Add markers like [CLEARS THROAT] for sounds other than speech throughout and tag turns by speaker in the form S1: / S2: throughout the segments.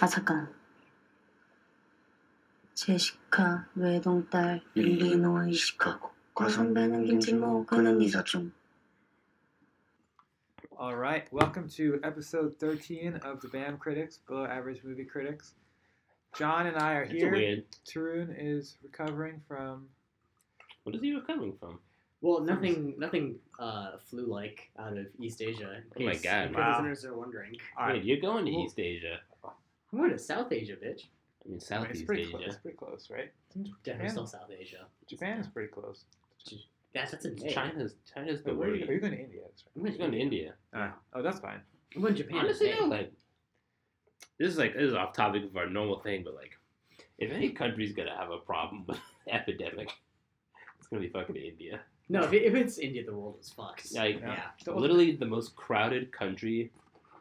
S1: 아 잠깐. 제시카 외동딸 일리노이 시카고. 과선배는 김치모 그는 이사중.
S2: All right, welcome to episode 13 of the BAM Critics, Below Average Movie Critics. John and I are
S3: That's
S2: here.
S3: weird.
S2: Tarun is recovering from.
S3: What is he recovering from?
S4: Well, nothing, nothing uh, flu-like out of East Asia. in
S3: Oh my
S4: case-
S3: God,
S4: if your
S2: wow.
S4: Listeners are wondering.
S2: All right,
S3: Wait, you're going to
S2: Well-
S3: East Asia.
S4: I'm going to South Asia, bitch.
S2: I
S3: I mean,
S2: mean, it's
S3: Southeast
S2: pretty
S3: Asia.
S2: close. It's pretty close, right?
S4: Definitely
S2: Japan?
S4: still South Asia.
S2: Japan is pretty close.
S4: That's, that's in May.
S3: China's China's the
S2: Wait, where are,
S3: worry.
S2: you, are you going to India? That's
S4: I'm
S3: He's going to India.
S2: right.
S4: Yeah.
S2: Oh, that's fine.
S4: I'm going to Japan. in
S3: Honestly,
S4: May.
S3: though, like this is like this is off topic of our normal thing, but like if any country's gonna have a problem with [LAUGHS] epidemic, it's gonna be fucking India.
S4: No, if, if it's India, the world is fucked.
S3: Like
S4: yeah.
S2: Yeah. The-
S3: literally the most crowded country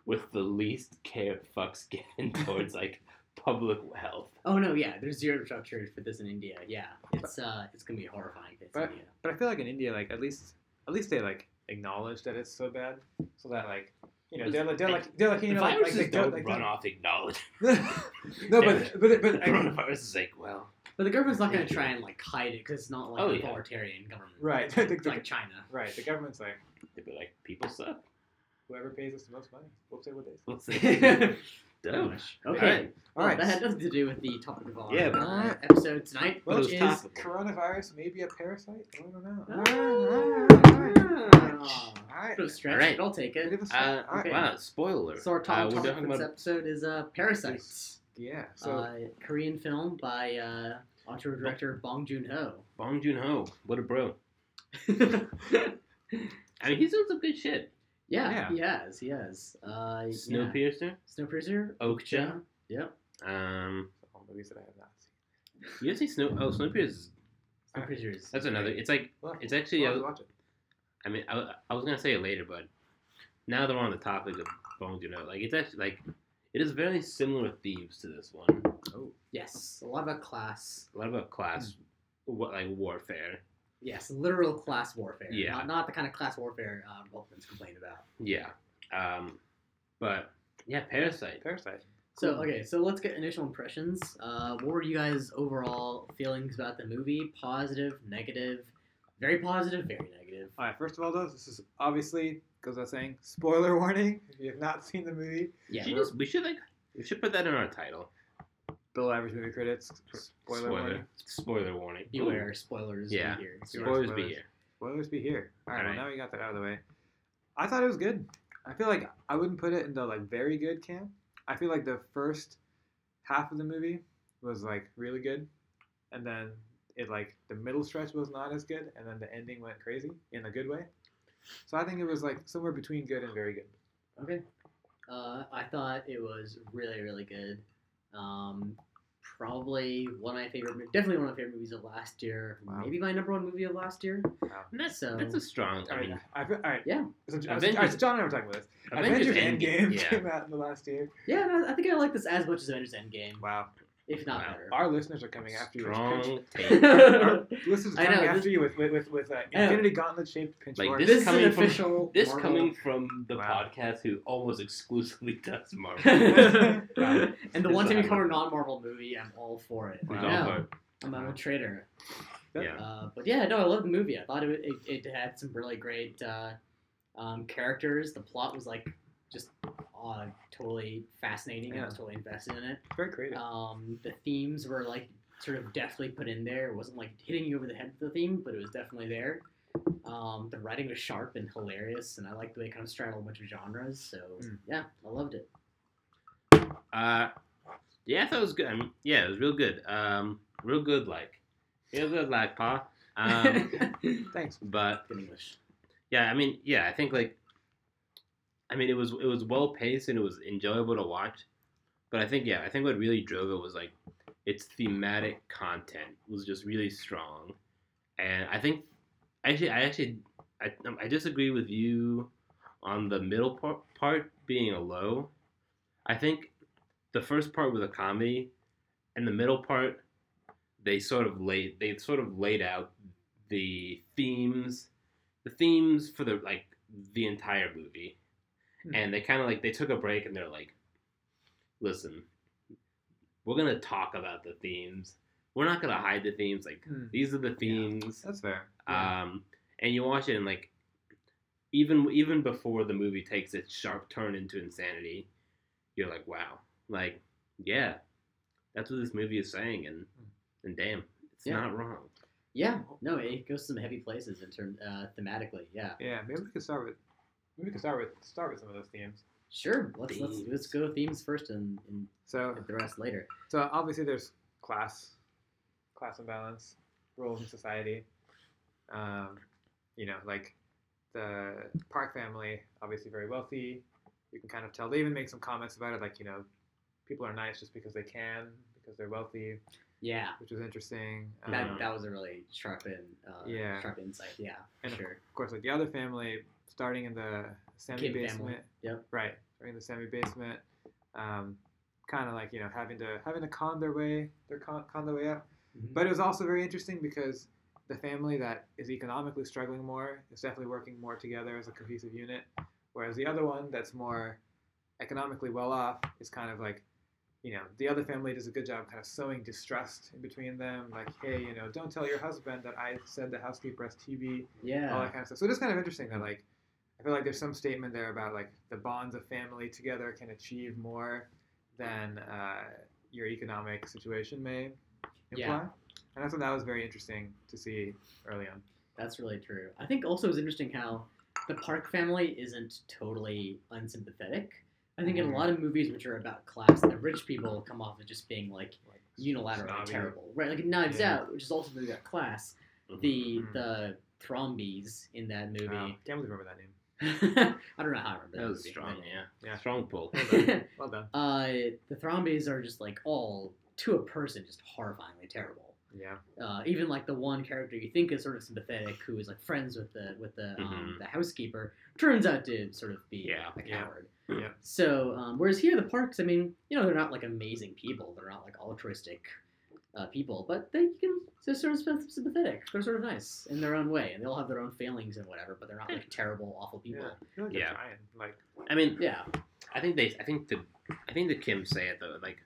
S3: with the least care fucks given [LAUGHS] towards like public health.
S4: Oh no, yeah. There's zero infrastructure for this in India. Yeah. It's uh, it's gonna be horrifying. if It's
S2: But-
S4: India.
S2: But I feel like in India, like at least at least they like acknowledge that it's so bad, so that like you know they're like they're like they're like you
S3: the
S2: know like, like
S3: viruses
S2: they
S3: don't
S2: like,
S3: run off acknowledge.
S2: [LAUGHS] no, but but
S3: the
S2: but I,
S3: [LAUGHS] [COUGHS] coronavirus is like, well,
S4: But the government's not gonna try and like hide it because it's not like
S3: Oh,
S4: an
S3: yeah.
S4: authoritarian government.
S2: Right.
S4: It's like, like China.
S2: right. The government's like
S3: they'd be like, people suck.
S2: whoever pays us the most money, we'll say what they say.
S3: Let's [LAUGHS]
S4: Pretty
S3: see.
S4: much. Okay.
S3: Alright.
S2: [LAUGHS] All right.
S4: Well, that had nothing to do with the topic of our
S3: Yeah, but-
S4: uh, episode tonight,
S2: Well,
S4: which
S2: is
S4: is.
S3: topical.
S2: coronavirus maybe a parasite? I don't know.
S4: Ah.
S2: All right.
S4: Bit of a stretch,
S3: Alright.
S4: but I'll take
S2: Give
S4: it.
S2: it a shot.
S3: Uh,
S2: All right.
S4: okay.
S3: Wow, spoiler.
S4: So our
S3: uh,
S4: top
S3: we're
S4: topic
S3: talking
S4: for this
S3: about
S4: episode is uh, Parasite,
S2: Yeah. So
S4: uh, Korean film by uh, auteur director Bong Joon
S3: [LAUGHS]
S4: Ho.
S3: Bong Joon Ho. What a bro. I mean, he's done some good shit.
S4: yeah,
S2: Yeah.
S4: he has, he has. Uh, yeah.
S3: Snowpiercer,
S4: Snowpiercer,
S3: Okja.
S4: Yep.
S3: Um,
S2: all movies that I have not seen.
S3: you ever see Snow? Oh, Snowpiercer. is-
S4: Snowpiercer is.
S3: Ah. That's another. It's like
S2: Well,
S3: it's actually.
S2: I'll
S3: I,
S2: watch it.
S3: I mean, I, I was gonna say it later, but now that we're on the topic of Bong Joon Ho, like it's actually like it is very similar themes to this one.
S4: Yes, a lot about class.
S3: A lot about class, what like warfare.
S4: Yes, literal class warfare.
S3: Yeah.
S4: Not, not the kind of class warfare uh, Wolfman's complained about.
S3: Yeah. Um, but yeah, Parasite.
S2: Parasite.
S4: So
S2: Cool.
S4: okay, so let's get initial impressions. Uh, what were you guys' overall feelings about the movie? Positive, negative, very positive, very negative.
S3: Uh,
S2: All right. First of all, though, this is obviously goes without saying. Spoiler [LAUGHS] warning: If you have not seen the movie,
S4: Yeah,
S3: Should
S4: we're-
S3: just- we should like we should put that in our title.
S2: below average movie critics. Spoiler, warning.
S3: Spoiler, spoiler warning.
S4: beware spoilers.
S3: Yeah.
S4: be here. So-
S2: Beware.
S3: Spoilers be
S2: spoilers.
S3: here.
S2: Spoilers be here. All right.
S3: All
S2: Well,
S3: right.
S2: now we got that out of the way. I thought it was good. I feel like I wouldn't put it in the like very good camp. I feel like the first half of the movie was like really good, and then it like the middle stretch was not as good, and then the ending went crazy in a good way. So I think it was like somewhere between good and very good.
S4: Okay. Uh, I thought it was really, really good. Um, probably one of my favorite, mo- definitely one of my favorite movies of last year.
S2: Wow.
S4: Maybe my number one movie of last year.
S3: And that's um,
S4: So-
S3: that's a strong.
S2: All
S3: I
S2: right,
S3: mean,
S2: I feel- all right.
S4: Yeah.
S2: So,
S3: Avengers-
S2: all right, so John and I were talking about this. Avengers, Endgame
S3: Yeah.
S2: came out in the last year.
S4: Yeah, and I, I think I like this as much as Avengers Endgame,
S2: Wow.
S4: if not
S3: Wow.
S4: better.
S2: Our listeners are [LAUGHS] coming after you.
S3: Strong
S2: with
S4: [LAUGHS]
S3: take.
S2: pinch- [LAUGHS] Our listeners are
S4: I know,
S2: coming
S4: this-
S2: after you with with with, with uh,
S4: I know.
S2: Infinity Gauntlet shaped pinchfork.
S3: This
S4: This is an
S3: coming from-
S4: official.
S3: This
S4: Marvel-
S3: coming from the
S2: Wow.
S3: podcast who almost exclusively [LAUGHS] does Marvel.
S4: [LAUGHS]
S2: Wow.
S4: and the
S3: This
S4: one time
S3: is-
S4: you cover a non-Marvel movie, I'm all for it.
S2: [LAUGHS]
S3: We're
S2: Wow.
S4: I
S3: going
S4: know.
S3: for it.
S4: I'm a
S2: Wow.
S4: traitor.
S2: Yeah.
S3: Yeah.
S4: Uh, but yeah, no, I love the movie. I thought it, it, it had some really great uh, um, characters. The plot was like just uh, totally fascinating. and I was totally invested in it.
S2: Very creative.
S4: Um, the themes were like sort of deftly put in there. It wasn't like hitting you over the head with the theme, but it was definitely there. Um, the writing was sharp and hilarious, and I liked the way it kind of straddled a bunch of genres. So
S2: Mm.
S4: yeah, I loved it.
S3: Uh, yeah, I thought it was good. I mean, yeah, it was real good. Um, real good, like, real good, like, pa. [LAUGHS] Um,
S2: Thanks.
S3: but
S4: [LAUGHS] Good English.
S3: yeah, I mean, yeah, I think like, I mean, it was it was well paced and it was enjoyable to watch. But I think yeah, I think what really drove it was like its thematic content was just really strong, and I think actually I actually I um, I disagree with you on the middle part part being a low. I think the first part was a comedy, and the middle part they sort of laid they sort of laid out the themes the themes for the like the entire movie
S2: Hmm.
S3: and they kind of like they took a break and they're like listen we're gonna talk about the themes. We're not gonna hide the themes. Like
S2: Hmm.
S3: these are the themes.
S2: That's fair. Yeah.
S3: Um, and you watch it and like even even before the movie takes its sharp turn into insanity, you're like, wow, like yeah, that's what this movie is saying, and and damn, it's
S4: Yeah.
S3: not wrong.
S4: Yeah, no, it goes to some heavy places in terms uh, thematically. Yeah,
S2: yeah, maybe we could start with maybe we could start with start with some of those themes.
S4: sure. Let's let's,
S3: Themes.
S4: let's go themes first and, and
S2: So
S4: hit the rest later.
S2: So obviously, there's class, class imbalance, roles in society. Um, you know, like the Park family, obviously very wealthy. You can kind of tell. They even make some comments about it, like you know, people are nice just because they can, because they're wealthy,
S4: Yeah,
S2: which was interesting. Um,
S4: that,
S3: Um,
S4: that was a really sharp in uh,
S2: Yeah.
S4: sharp insight. Yeah,
S2: And
S4: sure.
S2: Of course, like the other family, starting in the semi
S4: Kim family.
S2: basement.
S4: Yep.
S2: Right, starting in the semi basement. Um, kind of like you know having to having to con their way, their con, con their way up.
S4: Mhm.
S2: But it was also very interesting because the family that is economically struggling more is definitely working more together as a cohesive unit, whereas the other one that's more economically well off is kind of like, you know, the other family does a good job kind of sowing distrust in between them, like, hey, you know, don't tell your husband that I said the housekeeper has TB, all
S4: yeah,
S2: that kind of stuff. So it is kind of interesting that like, I feel like there's some statement there about like the bonds of family together can achieve more than uh, your economic situation may imply.
S4: Yeah.
S2: And I thought that was very interesting to see early on.
S4: that's really true. I think also it's interesting how the Park family isn't totally unsympathetic. I think in a lot of movies which are about class, the rich people come off as just being like
S2: Like,
S4: unilaterally
S2: snobby.
S4: terrible, right? Like Knives
S2: Yeah.
S4: Out, which is ultimately about class.
S3: Mhm.
S4: The
S2: Mhm.
S4: the Thrombies in that movie.
S2: Wow. Can't believe I remember that name.
S4: [LAUGHS] I don't know how I remember that,
S3: That was
S4: movie,
S3: strong,
S4: but-
S3: yeah.
S2: Yeah.
S3: Strong pull.
S2: Well done. Well done.
S4: [LAUGHS] uh, the Thrombies are just like all to a person, just horrifyingly terrible.
S2: Yeah.
S4: Uh, even like the one character you think is sort of sympathetic, who is like friends with the with the um,
S3: Mhm.
S4: the housekeeper, turns out to sort of be
S3: Yeah.
S4: a
S2: Yeah.
S4: coward.
S2: Yeah.
S4: So um, whereas here the Parks, I mean, you know, they're not like amazing people. They're not like altruistic uh, people, but they you can they're sort of symp- sympathetic. They're sort of nice in their own way, and they all have their own failings and whatever. But they're not like terrible, awful people.
S2: Yeah. I feel like they're
S3: Yeah.
S2: trying. Like,
S3: [LAUGHS] I mean,
S4: Yeah.
S3: I think they. I think the. I think the Kim say it though. Like,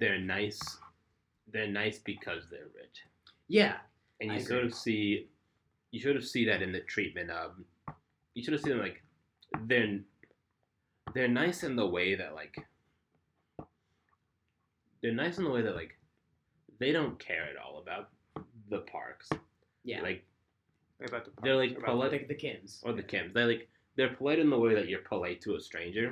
S3: they're nice. They're nice because they're rich,
S4: Yeah.
S3: and
S4: I
S3: you
S4: agree.
S3: sort of see. You sort of see that in the treatment of. You sort of see them like, they're. They're nice in the way that like. They're nice in the way that like, they don't care at all about the parks.
S4: Yeah.
S3: Like
S2: they're about to
S3: They're, like,
S2: about
S3: polite.
S4: the, the Kims.
S3: or the Kims. They like they're polite in the way that you're polite to a stranger,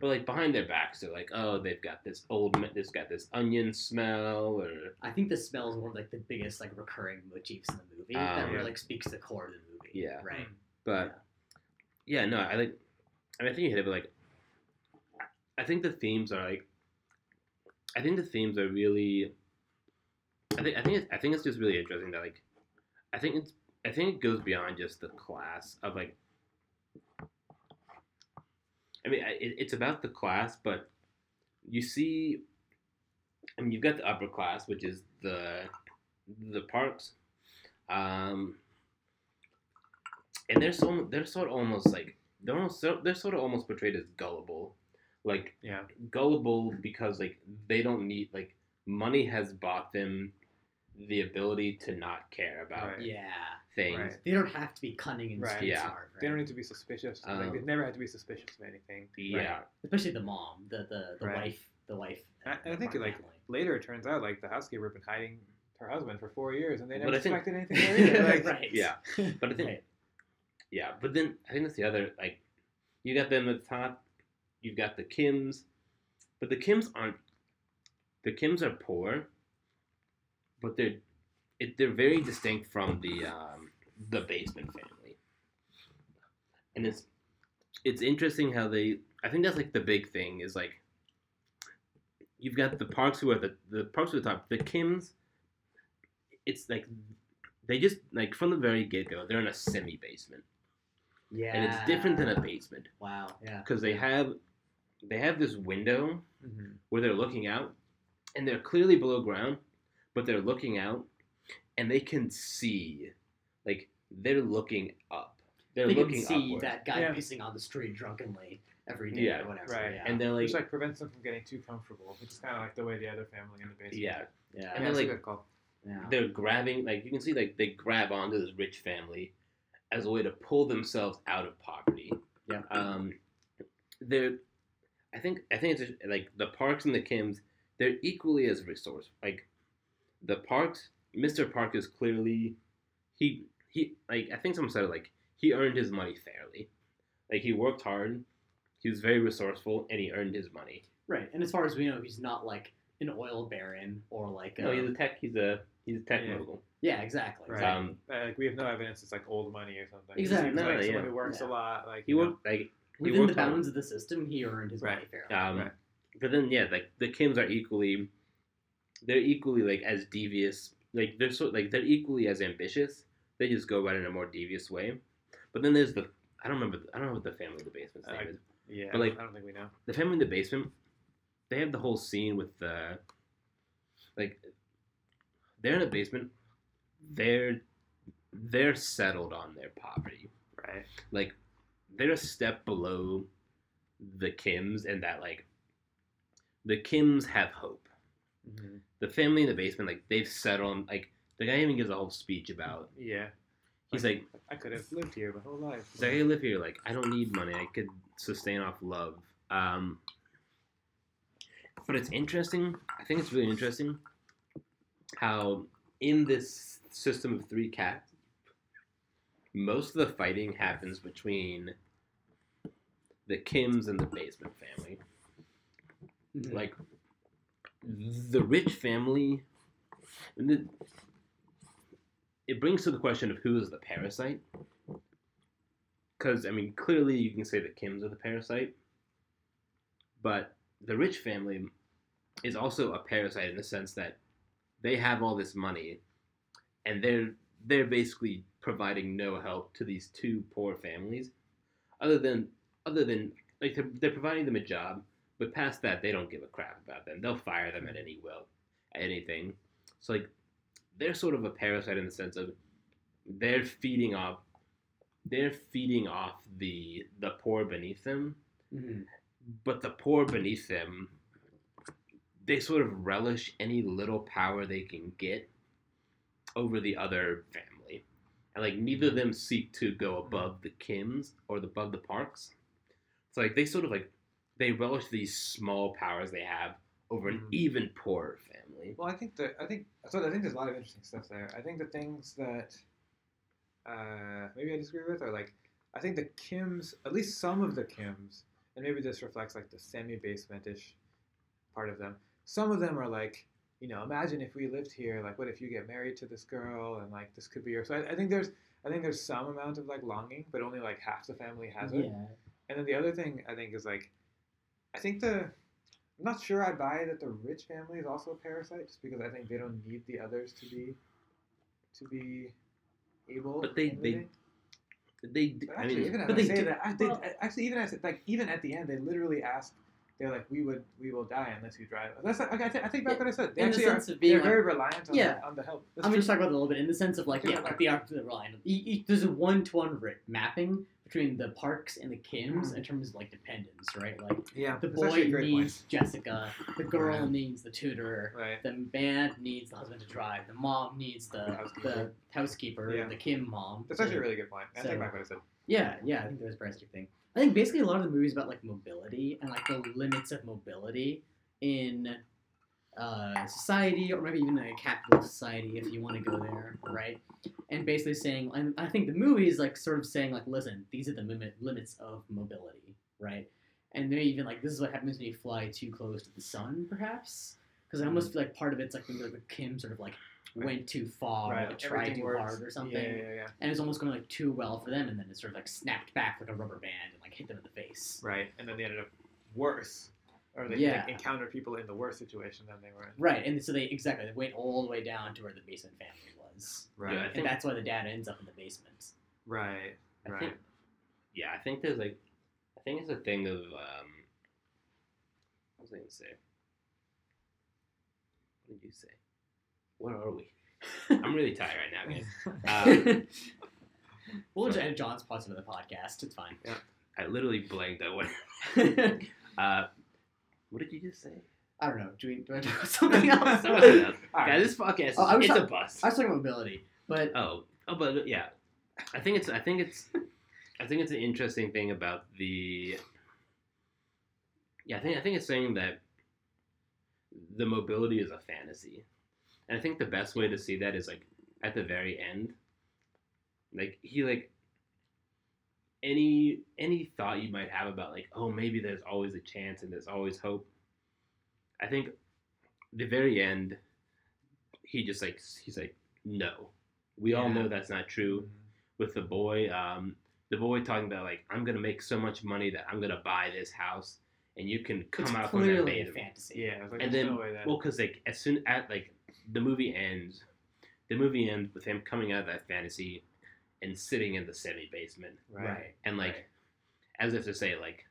S3: but like behind their backs, they're like, oh, they've got this old, ma- this got this onion smell, or
S4: I think the smell is one of like the biggest like recurring motifs in the movie that
S3: Um,
S4: really
S2: Yeah.
S4: like speaks to the core of the movie.
S3: Yeah.
S4: Right.
S3: but yeah, no, I like. I mean, I think you hit it, but like, I think the themes are like, I think the themes are really, I think I think it's, I think it's just really interesting that like, I think it's I think it goes beyond just the class of like. I mean, I- it, it's about the class, but you see, I mean, you've got the upper class, which is the the parks, um, and they're so they're sort of almost like they're almost so, they're sort of almost portrayed as gullible, like
S2: Yeah.
S3: gullible because like they don't need like money has bought them the ability to not care about
S2: Right.
S4: Yeah.
S3: things.
S2: Right.
S4: They don't have to be cunning and
S2: Right.
S4: street
S3: Yeah.
S4: smart. Right?
S2: They don't need to be suspicious. like,
S3: Um,
S2: they never had to be suspicious of anything.
S3: Yeah,
S4: Especially the mom, the the, the
S2: Right.
S4: wife, the wife.
S2: I- I
S4: the
S2: think
S4: Park
S2: [LAUGHS] like-
S4: family.
S2: Later, it turns out, like, the housekeeper had been hiding her husband for four years and they never
S3: But I think-
S2: suspected anything
S3: [LAUGHS]
S2: there
S4: [LAUGHS]
S2: either. Like,
S4: right.
S2: [LAUGHS]
S3: yeah, but I think
S4: Right.
S3: yeah, but then I think that's the other like you got them at the top, you've got the Kims, but the Kims aren't the Kims are poor, but they're it, they're very distinct from the um, the basement family, and it's it's interesting how they I think that's like the big thing is like you've got the parks who are the the parks who are the top the Kims, it's like they just like from the very get go they're in a semi basement
S4: Yeah.
S3: and it's different than a basement
S4: Wow. Yeah.
S3: because they have they have this window
S2: Mhm.
S3: where they're looking out and they're clearly below ground but they're looking out and they can see like they're looking up they're
S4: They can
S3: looking
S4: see
S3: upward.
S4: that guy
S2: Yeah.
S4: pissing on the street drunkenly. every day
S3: Yeah,
S4: or whatever.
S2: right.
S4: Yeah.
S3: and they're like,
S2: Which like prevents them from getting too comfortable, which is kind of like the way the other family in the basement.
S3: yeah,
S4: yeah.
S2: Yeah,
S3: And then,
S2: it's a
S3: like-
S2: good call.
S4: yeah.
S3: they're grabbing like you can see like they grab onto this rich family as a way to pull themselves out of poverty.
S4: Yeah.
S3: Um, they're, I think I think it's just, like the Parks and the Kims. They're equally as resourceful. Like the Parks, Mr. Park is clearly he he like I think someone said it, like he earned his money fairly. Like he worked hard, he was very resourceful, and he earned his money.
S4: Right. And as far as we know, he's not like an oil baron or like a,
S3: No, he's a tech. He's a he's a tech
S2: Yeah.
S3: mogul.
S4: yeah, exactly.
S2: Right.
S4: exactly.
S3: Um,
S2: Uh, like we have no evidence it's like old money or something.
S4: Exactly.
S2: It's like
S3: No,
S2: someone
S3: yeah.
S2: who works
S4: Yeah.
S2: a lot. Like
S3: he
S2: you know.
S3: worked like he
S4: Within the
S3: worked hard.
S4: bounds of the system, he earned his
S2: Right.
S4: money fairly.
S3: Um,
S2: Right.
S3: But then, yeah, like the Kims are equally, they're equally like as devious. Like they're so like they're equally as ambitious. They just go about it in a more devious way. But then there's the I don't remember I don't know what the family in the basement's name
S2: Uh,
S3: is.
S2: Yeah,
S3: But, like-
S2: I don't think we know.
S3: The family in the basement, they have the whole scene with the, like, they're in a basement. They're they're settled on their poverty.
S2: Right.
S3: like they're a step below the Kims and that like the Kims have hope. The family in the basement, like they've settled like the guy even gives a whole speech about
S2: Yeah,
S3: he's like
S2: I could have lived here my whole life.
S3: he's like, I live here, like I don't need money, I could sustain off love. Um But it's interesting, I think it's really interesting how in this system of three cats most of the fighting happens between the Kims and the basement family.
S4: Mhm.
S3: like the rich family and the, it brings to the question of who is the parasite because i mean clearly you can say the kims are the parasite but the rich family is also a parasite in the sense that they have all this money and they're they're basically providing no help to these two poor families other than other than like they're, they're providing them a job but past that, they don't give a crap about them. They'll fire them at any will, at anything. So like, they're sort of a parasite in the sense of they're feeding off, they're feeding off the the poor beneath them.
S4: Mhm.
S3: But the poor beneath them, they sort of relish any little power they can get over the other family, and like neither of them seek to go above the Kims or the, above the Parks. So like they sort of like they relish these small powers they have over an
S2: Mhm.
S3: even poorer family.
S2: Well, I think the I think so. I think there's a lot of interesting stuff there. I think the things that uh, maybe I disagree with are like I think the Kims, at least some of the Kims, and maybe this reflects like the semi basementish part of them. Some of them are like you know, imagine if we lived here. Like, what if you get married to this girl and like this could be your. So I, I think there's I think there's some amount of like longing, but only like half the family has it.
S4: Yeah.
S2: And then the other thing I think is like, I think the, I'm not sure I buy that the rich family is also a parasite, just because I think they don't need the others to be, to be able.
S3: But they-
S2: and
S3: they-
S2: living.
S3: They, d-
S2: But
S3: I
S2: actually,
S3: mean,
S2: even as
S3: but
S2: I
S3: they
S2: say
S3: do-
S2: that, I, they,
S4: well-
S2: I- actually, even as like even at the end, they literally ask. They're like, we would, we will die unless you drive. That's not, okay. I, think I take back what I said. They
S4: In the
S2: actually
S4: sense
S2: are.
S4: of being
S2: they're
S4: like-
S2: very reliant on,
S4: Yeah.
S2: the, on the help. That's
S4: I'm
S2: true.
S4: just talking about it a little bit in the sense of like yeah,
S2: Yeah.
S4: like the opposite line. E- e- There's a one-to-one ri mapping between the parks and the Kims in terms of like dependence, right? Like
S2: yeah.
S4: the
S2: that's actually
S4: boy
S2: a great
S4: needs Jessica, the girl
S2: Yeah.
S4: needs the tutor,
S2: point. Right.
S4: the man needs the husband to drive, the mom needs the
S2: Housekeeper.
S4: the housekeeper,
S2: Yeah.
S4: the Kim mom.
S2: That's actually a
S4: to-
S2: really good point. I
S4: So-
S2: take back what I said.
S4: yeah, yeah, I think there's a parasitic thing. I think basically a lot of the movies about like mobility and like the limits of mobility in uh, society or maybe even a capitalist society if you want to go there, right? And basically saying, and I think the movie is like sort of saying like, listen, these are the limit, limits of mobility, right? And maybe even like this is what happens when you fly too close to the sun, perhaps. Because I almost feel like part of it's like maybe like Kim sort of like
S2: Mm. Right.
S4: went too far,
S2: right.
S4: like, tried
S2: everything
S4: too
S2: works.
S4: hard or something
S2: Yeah, yeah, yeah.
S4: and it's almost going like too well for them, and then it sort of like snapped back like a rubber band and like hit them in the face.
S2: Right, and then they ended up worse, or they
S4: Yeah.
S2: like, encountered people in the worse situation than they were in.
S4: Right, and so they exactly they went all the way down to where the basement family was,
S3: Right. Yeah. I
S4: and
S3: think-
S4: that's why the dad ends up in the basement.
S2: right,
S3: I
S2: right.
S3: think- yeah, I think there's like, I think it's a thing of, um, what was I gonna say? What did you say? Where are we? [LAUGHS] I'm really tired
S4: [LAUGHS]
S3: right now, guys. Um,
S4: we'll just edit John's parts of the podcast. It's fine.
S3: I literally blanked out. What?
S4: I
S3: [LAUGHS] Uh, what did you just say?
S4: don't know. Do we do I do something [LAUGHS] else?
S3: Something else.
S4: All right.
S3: Yeah, this podcast is
S4: Oh, I was
S3: it's
S4: talk-
S3: a bust.
S4: I was talking about mobility, but
S3: Oh, oh, but yeah, I think it's I think it's I think it's an interesting thing about the yeah I think I think it's saying that the mobility is a fantasy, and I think the best way to see that is like at the very end, like he like any any thought you might have about like oh maybe there's always a chance and there's always hope. I think the very end, he just like he's like no, we all
S2: Yeah.
S3: know that's not true with the boy. Um, the boy talking about like I'm gonna make so much money that I'm gonna buy this house, and you can come
S4: it's
S3: out from that
S4: clearly a
S3: later.
S4: fantasy.
S2: Yeah, I was like,
S3: And
S2: there's
S3: then-
S2: no way that.
S3: Well, because like as soon at like the movie ends, the movie ends with him coming out of that fantasy and sitting in the semi basement,
S4: Right.
S3: and like
S4: Right.
S3: as if to say like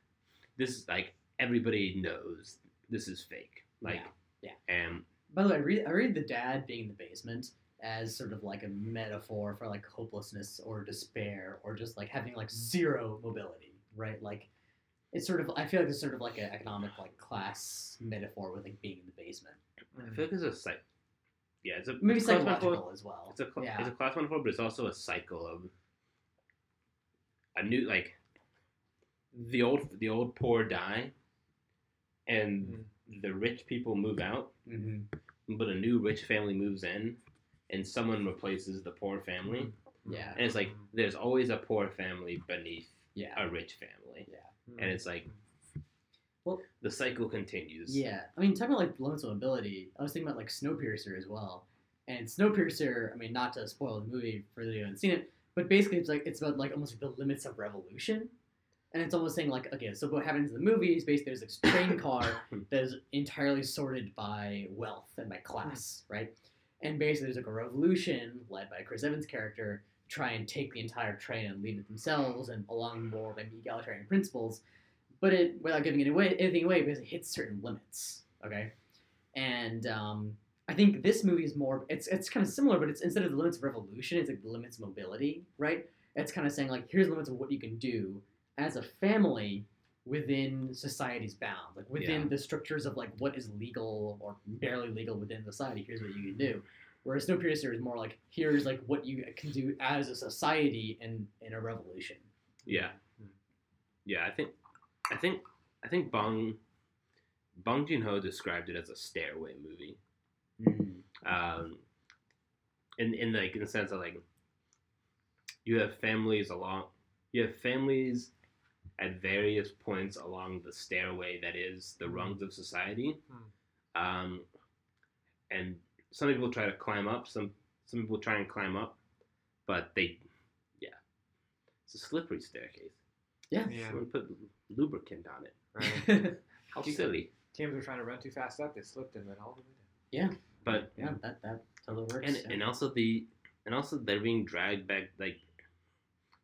S3: this is like everybody knows this is fake, like
S4: Yeah,
S3: and
S4: By the way, I read, I read the dad being in the basement as sort of like a metaphor for like hopelessness or despair or just like having like zero mobility, right? Like it's sort of I feel like it's sort of like an economic like class metaphor with like being in the basement.
S2: Mm-hmm.
S3: I feel like it's a psych. Yeah, it's a
S4: Maybe
S3: it's a class metaphor.
S4: psychological as well.
S3: It's a cl-
S4: yeah.
S3: it's a class metaphor, but it's also a cycle of a new like the old the old poor die, and
S2: Mm.
S3: the rich people move out,
S4: mm-hmm.
S3: but a new rich family moves in, and someone replaces the poor family,
S2: Mm-hmm.
S4: Yeah.
S3: and it's like
S4: Mm-hmm.
S3: there's always a poor family beneath
S4: Yeah.
S3: a rich family,
S2: Mm.
S3: and it's like.
S4: Well-
S3: the cycle continues.
S4: Yeah, I mean, talking about like limits of mobility, I was thinking about like Snowpiercer as well. And Snowpiercer, I mean, not to spoil the movie for those who haven't seen it, but basically it's like it's about like almost like the limits of revolution. And it's almost saying like, okay, so what happens in the movie is basically there's this train car that is entirely sorted by wealth and by class, right? And basically there's like a revolution led by Chris Evans' character try and take the entire train and lead it themselves and along more maybe egalitarian principles but it without giving it away anything away because it hits certain limits. Okay, and um, I think this movie is more. It's it's kind of similar, but it's instead of the limits of revolution, it's like the limits of mobility, right? It's kind of saying like here's the limits of what you can do as a family within society's bounds, like within
S3: Yeah.
S4: the structures of like what is legal or barely legal within society. Here's what you can do. Whereas Snowpiercer is more like here's like what you can do as a society in in a revolution.
S3: Yeah.
S4: Mm-hmm.
S2: Mm.
S3: Yeah, I think I think I think Bong Bong Joon Ho described it as a stairway movie. Um in in like in the sense of like you have families along you have families at various points along the stairway that is
S2: Mm-hmm.
S3: the rungs of society.
S2: Hmm.
S3: Um and some people try to climb up, some some people try and climb up, but they yeah. It's a slippery staircase.
S4: Yeah.
S2: Yeah.
S3: We're gonna put lubricant on it.
S2: Right.
S3: How
S2: You-
S3: silly.
S2: Teams were trying to run too fast up. They slipped and went all the way down.
S3: But
S4: yeah, that that totally works.
S3: and
S4: yeah.
S3: and also the and also they're being dragged back like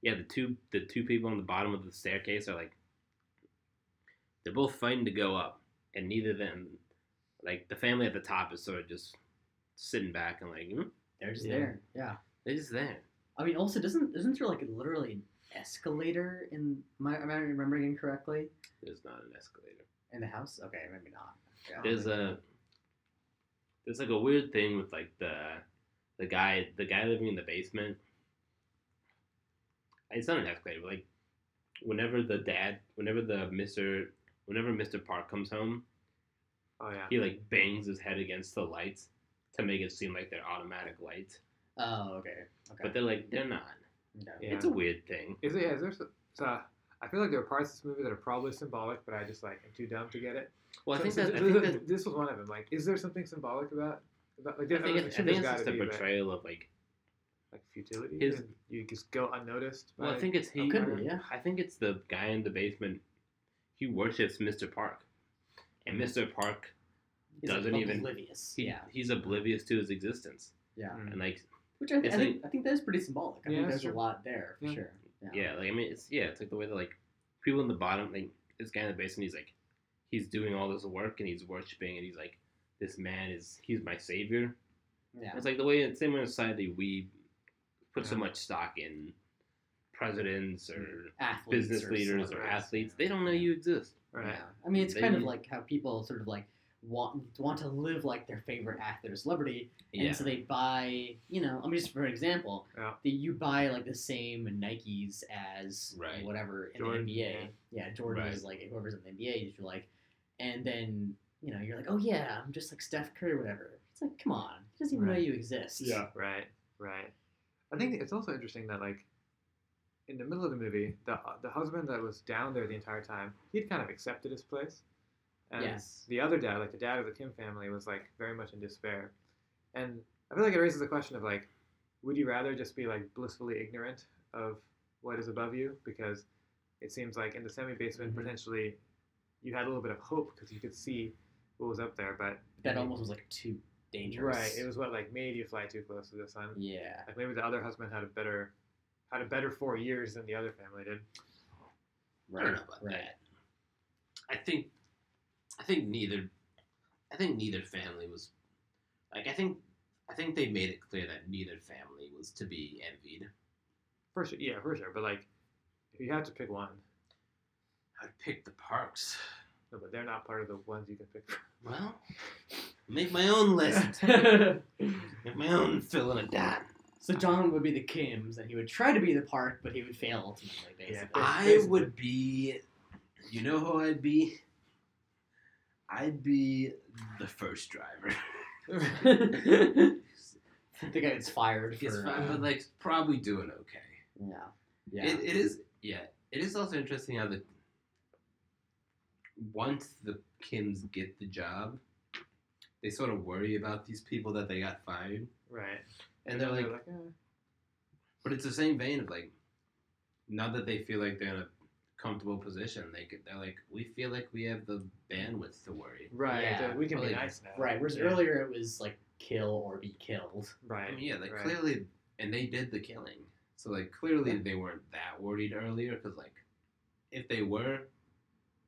S3: yeah, the two the two people on the bottom of the staircase are like they're both fighting to go up and neither of them like the family at the top is sort of just sitting back and like hmm,
S4: They're just
S2: Yeah.
S4: there. Yeah.
S3: they're just there.
S4: I mean, also doesn't isn't there like literally an escalator in my am I remembering incorrectly
S3: There's not an escalator.
S4: in the house? Okay, maybe not. Yeah.
S3: There's a there's like a weird thing with like the the guy the guy living in the basement. It's not an escalator, but like whenever the dad whenever the Mister whenever Mister Park comes home,
S2: Oh yeah.
S3: he like bangs his head against the lights to make it seem like they're automatic lights.
S4: Oh, okay. Okay.
S3: But they're like they're not.
S4: No.
S2: Yeah.
S3: It's a weird thing.
S2: Is it? Yeah, is there? s- So, I feel like there are parts of this movie that are probably symbolic, but I just like am too dumb to get it.
S3: Well, I
S2: So-
S3: think
S2: so
S3: that I
S2: th-
S3: think
S2: th- [LAUGHS]
S3: that
S2: this was one of them. Like, is there something symbolic about about like?
S3: I
S2: there-
S3: think,
S2: mean,
S3: it's- I
S2: sure
S3: think
S2: there's
S3: it's just a
S2: gotta be, but,
S3: portrayal of like.
S2: like futility.
S3: His-
S2: and you just go unnoticed.
S3: Well, I
S2: by-
S3: think it's he.
S4: Oh, could be, yeah.
S3: I think it's the guy in the basement. He worships Mr. Park, and Mr. Park
S4: He's,
S3: doesn't
S4: like,
S3: even-
S4: oblivious.
S3: he,
S4: Mm-hmm. yeah.
S3: he's oblivious to his existence,
S4: Yeah.
S2: Mm.
S3: and like
S4: Which I,
S3: It's
S4: I think I think that is pretty symbolic. I
S2: Yeah,
S4: think
S2: that's
S4: there's a
S2: true.
S4: lot there for
S2: Yeah.
S4: sure. Yeah.
S3: yeah, like I mean, it's yeah, it's like the way that like people in the bottom, like this guy in the basement, he's like he's doing all this work and he's worshiping and he's like this man is he's my savior.
S4: Yeah.
S3: It's like the way same way in society we put so
S2: Yeah.
S3: much stock in presidents or
S4: athletes
S3: business
S4: Mm-hmm. or
S3: leaders or
S4: celebrities,
S3: athletes.
S4: yeah.
S3: They don't know you exist.
S2: Right.
S4: Yeah. I mean, it's kind of
S3: They-
S4: like how people sort of like want want to live like their favorite athlete or celebrity,
S3: Yeah.
S4: and so they buy. You know, I mean, just for an example,
S2: Yeah.
S4: that you buy like the same Nikes as
S3: Right.
S4: whatever in
S2: Jordan,
S4: the NBA.
S2: yeah.
S4: Yeah, Jordan
S3: Right.
S4: is like whoever's in the NBA. You're like, and then you know you're like, oh yeah, I'm just like Steph Curry, or whatever. It's like, come on, he doesn't even know
S2: Right.
S4: you exist.
S2: Right. Right. I think it's also interesting that like in the middle of the movie, the the husband that was down there the entire time, he'd kind of accepted his place. And
S4: Yes.
S2: the other dad, like the dad of the Kim family, was like very much in despair. And I feel like it raises the question of like, would you rather just be like blissfully ignorant of what is above you? Because it seems like in the semi basement,
S4: Mhm.
S3: Mm-hmm.
S2: potentially you had a little bit of hope because you could see what was up there. But
S4: That almost was like too dangerous.
S2: right, it was what like made you fly too close to the sun.
S4: Yeah.
S2: Like maybe the other husband had a better had a better four years than the other family did.
S4: Right.
S3: know about
S4: right.
S3: that. I think I think neither I think neither family was like I think I think they made it clear that neither family was to be envied.
S2: For sure, yeah, for sure. But like, if you had to pick one,
S3: I'd pick the parks.
S2: no, but they're not part of the ones you can pick. [LAUGHS]
S3: Well, make my own
S4: [LAUGHS]
S3: list. make my own fill in a dot.
S4: So Don would be the Kims, and he would try to be the Park, but he would fail ultimately. Basically,
S2: Yeah.
S3: I would be you know who I'd be? I'd be the first driver.
S4: the guy gets fired for.
S3: It's fine,
S4: uh,
S3: but like probably doing okay.
S4: yeah, yeah,
S3: It, it is, yeah. It is also interesting how the once the Kims get the job, they sort of worry about these people that they got fired,
S2: Right.
S3: and they're like,
S2: eh,
S3: but it's the same vein of like, not that they feel like they're in a comfortable position, they could, they're like, we feel like we have the bandwidth to worry.
S2: right.
S4: Yeah,
S2: uh, we can
S3: well,
S2: be
S3: like-
S2: nice now.
S4: right. Whereas
S2: Yeah.
S4: earlier it was like kill or be killed.
S3: I
S2: Right.
S3: mean, yeah, like
S2: right.
S3: clearly, and they did the killing, so like clearly they weren't that worried earlier because like, if they were,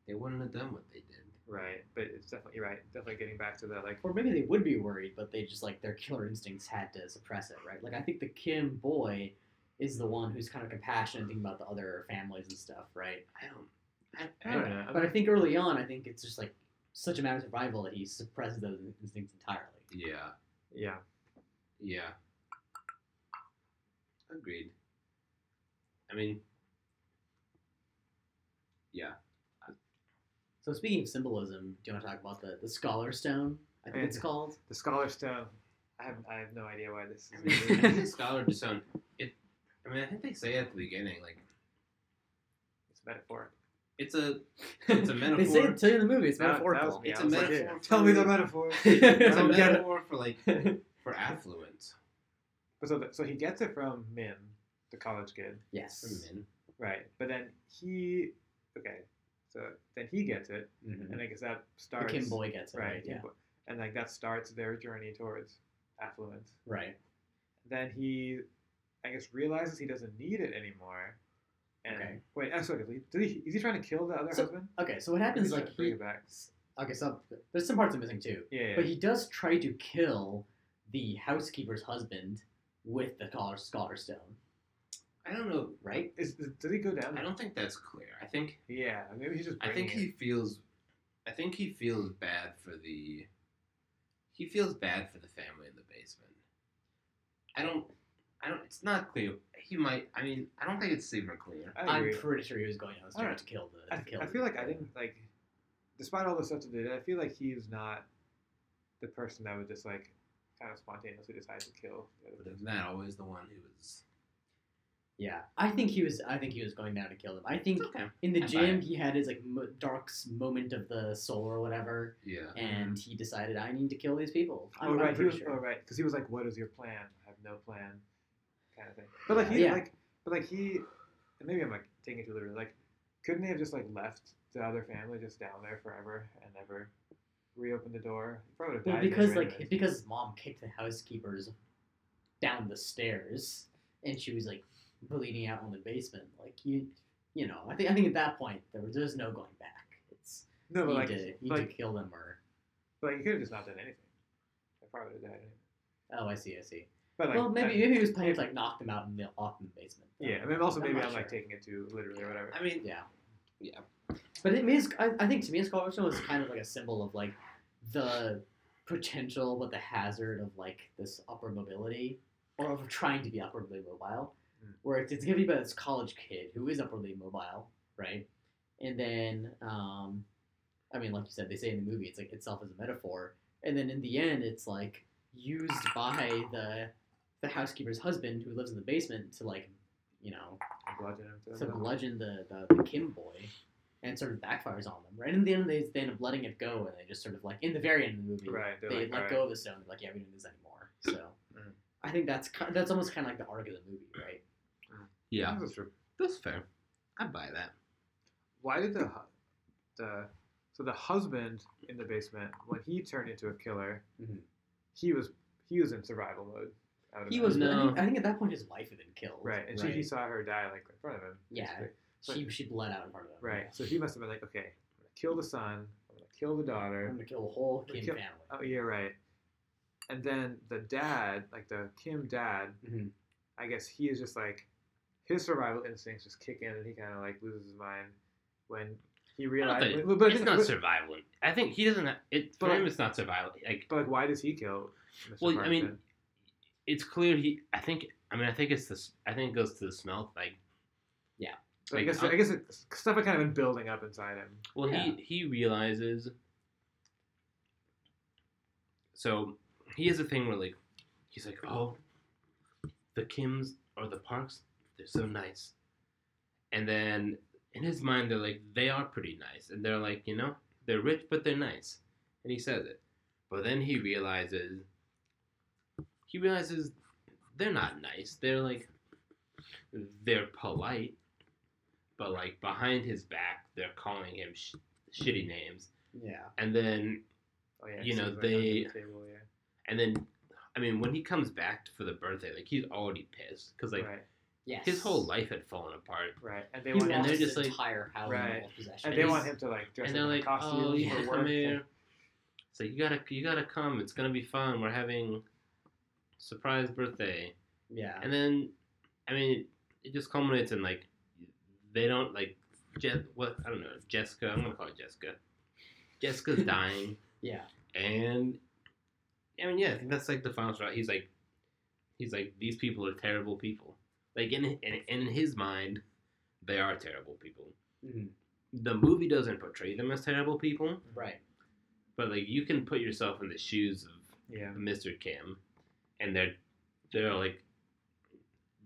S3: they wouldn't have done what they did.
S2: Right. But it's definitely you're right. Definitely getting back to that. Like,
S4: Or maybe they would be worried, but they just like their killer instincts had to suppress it, right? Like I think the Kim boy is the one who's kind of compassionate, thinking about the other families and stuff, right?
S3: I don't. I,
S2: I don't know.
S4: But I think early on, I think it's just like such a matter of survival that he suppresses those instincts entirely.
S3: Yeah,
S2: yeah.
S3: yeah. Agreed. I mean, yeah.
S4: So speaking of symbolism, do you want to talk about the, the scholar stone? I think it's
S2: Yeah.
S4: called.
S2: The scholar stone. I have I have no idea why this
S3: I [LAUGHS]
S2: is.
S3: mean, I think scholar to sound it. I mean, I think they say at the beginning, like
S2: it's metaphoric.
S3: it's a it's a metaphor.
S4: [LAUGHS] they say it to you in the movie. It's
S2: That- that
S4: metaphorical.
S2: was me.
S4: [LAUGHS]
S3: it's
S2: Yeah,
S3: a
S2: I was like,
S3: metaphor.
S2: yeah,
S3: for-
S2: Tell me the metaphor.
S3: [LAUGHS] It's a
S2: don't get it.
S3: metaphor for like
S2: [LAUGHS]
S3: for affluence.
S2: But so, the, so he gets it from Min, the college kid.
S3: For
S4: [LAUGHS] yes.
S3: men.
S2: Right. But then he, okay. So then he gets it,
S4: Mhm.
S2: and I guess that
S4: The
S2: starts.
S4: Kim boy gets it.
S2: Mm-hmm. Right.
S4: Right.
S2: Kim
S4: yeah.
S2: Boy. And like that starts their journey towards affluence.
S4: Right.
S2: Then he, I guess, realizes he doesn't need it anymore. And
S4: Okay.
S2: wait, I'm sorry. Did he, is he trying to kill the other
S4: So-
S2: husband?
S4: Okay. So what
S2: Or is
S4: happens?
S2: he
S4: Like
S2: trying to bring
S4: he.
S2: it back.
S4: Okay. So there's some parts I'm missing too.
S2: Yeah. yeah.
S4: But he does try to kill the housekeeper's husband with the scholar, scholar stone,
S3: I don't know.
S4: right?
S2: Is, is- did he go down?
S3: I
S2: there?
S3: don't think that's clear. I think
S2: Yeah. Maybe he's just.
S3: I think
S2: bringing
S3: he feels I think he feels bad for the he feels bad for the family in the basement. I don't I don't it's not clear. He might I mean, I don't think it's super clear.
S2: it. I
S4: I'm
S2: agree.
S4: pretty sure he was going out and trying
S2: Alright.
S4: to kill the.
S2: I,
S4: To
S2: f-
S4: kill
S2: I
S4: the-
S2: feel like I didn't like, despite all the stuff that they did, I feel like he's not the person that would just like kind of spontaneously decide to kill. the other
S3: But
S2: person.
S3: isn't that always the one who was
S4: Yeah, I think he was. I think he was going down to kill them. I think
S3: It's okay.
S4: in the
S3: I buy
S4: gym
S3: it.
S4: he had his like mo- dark s- moment of the soul or whatever,
S3: Yeah.
S4: and he decided I need to kill these people. I'm,
S2: oh
S4: I'm
S2: right, he
S4: pretty
S2: was
S4: sure.
S2: oh right, because he was like, "What is your plan? I have no plan," kind of thing. But like he
S4: Yeah.
S2: like, but like he, and maybe I'm like taking it too literally. Like, couldn't they have just like left the other family just down there forever and never reopened the door? He Probably would
S4: Well,
S2: have died
S4: because
S2: anyway,
S4: like
S2: anyways.
S4: because his mom kicked the housekeepers down the stairs, and she was like bleeding out in the basement. Like you, you know, I think I think at that point there was there's no going back. It's
S2: no, but
S4: you
S2: like,
S4: did you
S2: but,
S4: did
S2: like,
S4: kill them or
S2: but like, he could have just not done anything. They probably would have died. Anyway.
S4: oh I see I see.
S2: But like,
S4: well,
S2: I-
S4: maybe maybe he was planning to like knock them out and they'll off in the basement.
S2: yeah, and then also
S4: I'm
S2: maybe
S4: not
S2: I'm like
S4: sure.
S2: taking it too literally or whatever.
S3: I mean,
S4: Yeah.
S3: Yeah.
S4: But it means I, I think to me, his corruption was kind of like a symbol of like the potential, but the hazard of like this upward mobility, or of trying to be upwardly mobile,
S2: Mm.
S4: where it's, it's given by this college kid who is upwardly mobile, right? And then, um, I mean, like you said, they say in the movie, it's like itself as a metaphor, and then in the end, it's like used by the the housekeeper's husband who lives in the basement to like, you know,
S2: I'm glad you didn't
S4: to
S2: say that.
S4: bludgeon the, the, the Kim boy, and it sort of backfires on them. Right in the end, they, they end up letting it go, and they just sort of like in the very end of the movie,
S2: Right, they're
S4: they
S2: like,
S4: let
S2: "All
S4: go of the stone. Like, yeah, we don't do this anymore. So
S2: Mm.
S4: I think that's ki that's almost kind of like the arc of the movie, right?
S3: yeah,
S2: That's true.
S3: that's fair. I buy that.
S2: Why did the hu- the so the husband in the basement when he turned into a killer,
S4: Mhm.
S2: he was he was in survival mode. I would
S4: He
S2: imagine.
S4: was.
S3: No.
S4: I, think, I think at that point, his wife had been killed.
S2: right, and She, he saw her die like in front of him.
S4: Yeah.
S2: basically.
S4: she she bled out in front of them.
S2: Right, so he must have been like, okay, I'm gonna kill the son, I'm gonna kill the
S4: I'm
S2: daughter,
S4: gonna kill the whole
S2: We
S4: Kim
S2: kill-
S4: family.
S2: Oh, yeah, right. And then the dad, like the Kim dad,
S4: Mhm.
S2: I guess he is just like his survival instincts just kick in, and he kind of like loses his mind when he realizes.
S3: think-
S2: but, but,
S3: it's
S2: but-
S3: not
S2: but-
S3: survival. I think he doesn't. Have, it for
S2: But-
S3: him, it's not survival. Like,
S2: but, like, why does he kill? Mr.
S3: well, I
S2: Park
S3: mean,
S2: then?
S3: it's clear he. I think. I mean, I think it's this. I think it goes to the smell. Like,
S2: so I
S3: like,
S2: guess
S3: uh,
S2: I guess it's stuff had kind of been building up inside him.
S3: well,
S4: Yeah.
S3: he he realizes. So he has a thing where like, he's like, oh, the Kims or the Parks, they're so nice, and then in his mind they're like, they are pretty nice, and they're like, you know, they're rich but they're nice, and he says it, but then he realizes. He realizes they're not nice. They're like they're polite, but like behind his back, they're calling him sh- shitty names.
S4: Yeah.
S3: And then,
S2: Oh yeah,
S3: You
S2: so
S3: know,
S2: he's, like,
S3: they-
S2: under the table, yeah.
S3: and then, I mean, when he comes back for the birthday, like he's already pissed because like
S2: right,
S4: Yes.
S3: his whole life had fallen apart.
S2: right, and they
S4: He lost
S2: want
S3: and
S2: him,
S3: they're
S4: his
S3: just like-
S4: entire house
S2: Right.
S4: and all possessions.
S2: and they want
S3: he's-
S2: him to like dress
S3: and
S2: up
S3: they're
S2: in
S3: like,
S2: costumes
S3: oh yeah,
S2: for work.
S3: come here. So you gotta, you gotta come. It's gonna be fun. We're having surprise birthday.
S4: Yeah.
S3: And then, I mean, it just culminates in like they don't like Je- what I don't know Jessica. I'm gonna call her Jessica.
S2: [LAUGHS]
S3: Jessica's dying,
S4: Yeah.
S3: and I mean, yeah, I think that's like the final straw. He's like, he's like, these people are terrible people. Like in in, in his mind, they are terrible people.
S4: Mhm.
S2: Mm.
S3: The movie doesn't portray them as terrible people,
S4: Right.
S3: but like you can put yourself in the shoes of
S2: Yeah,
S3: Mr. Kim, and they're they're like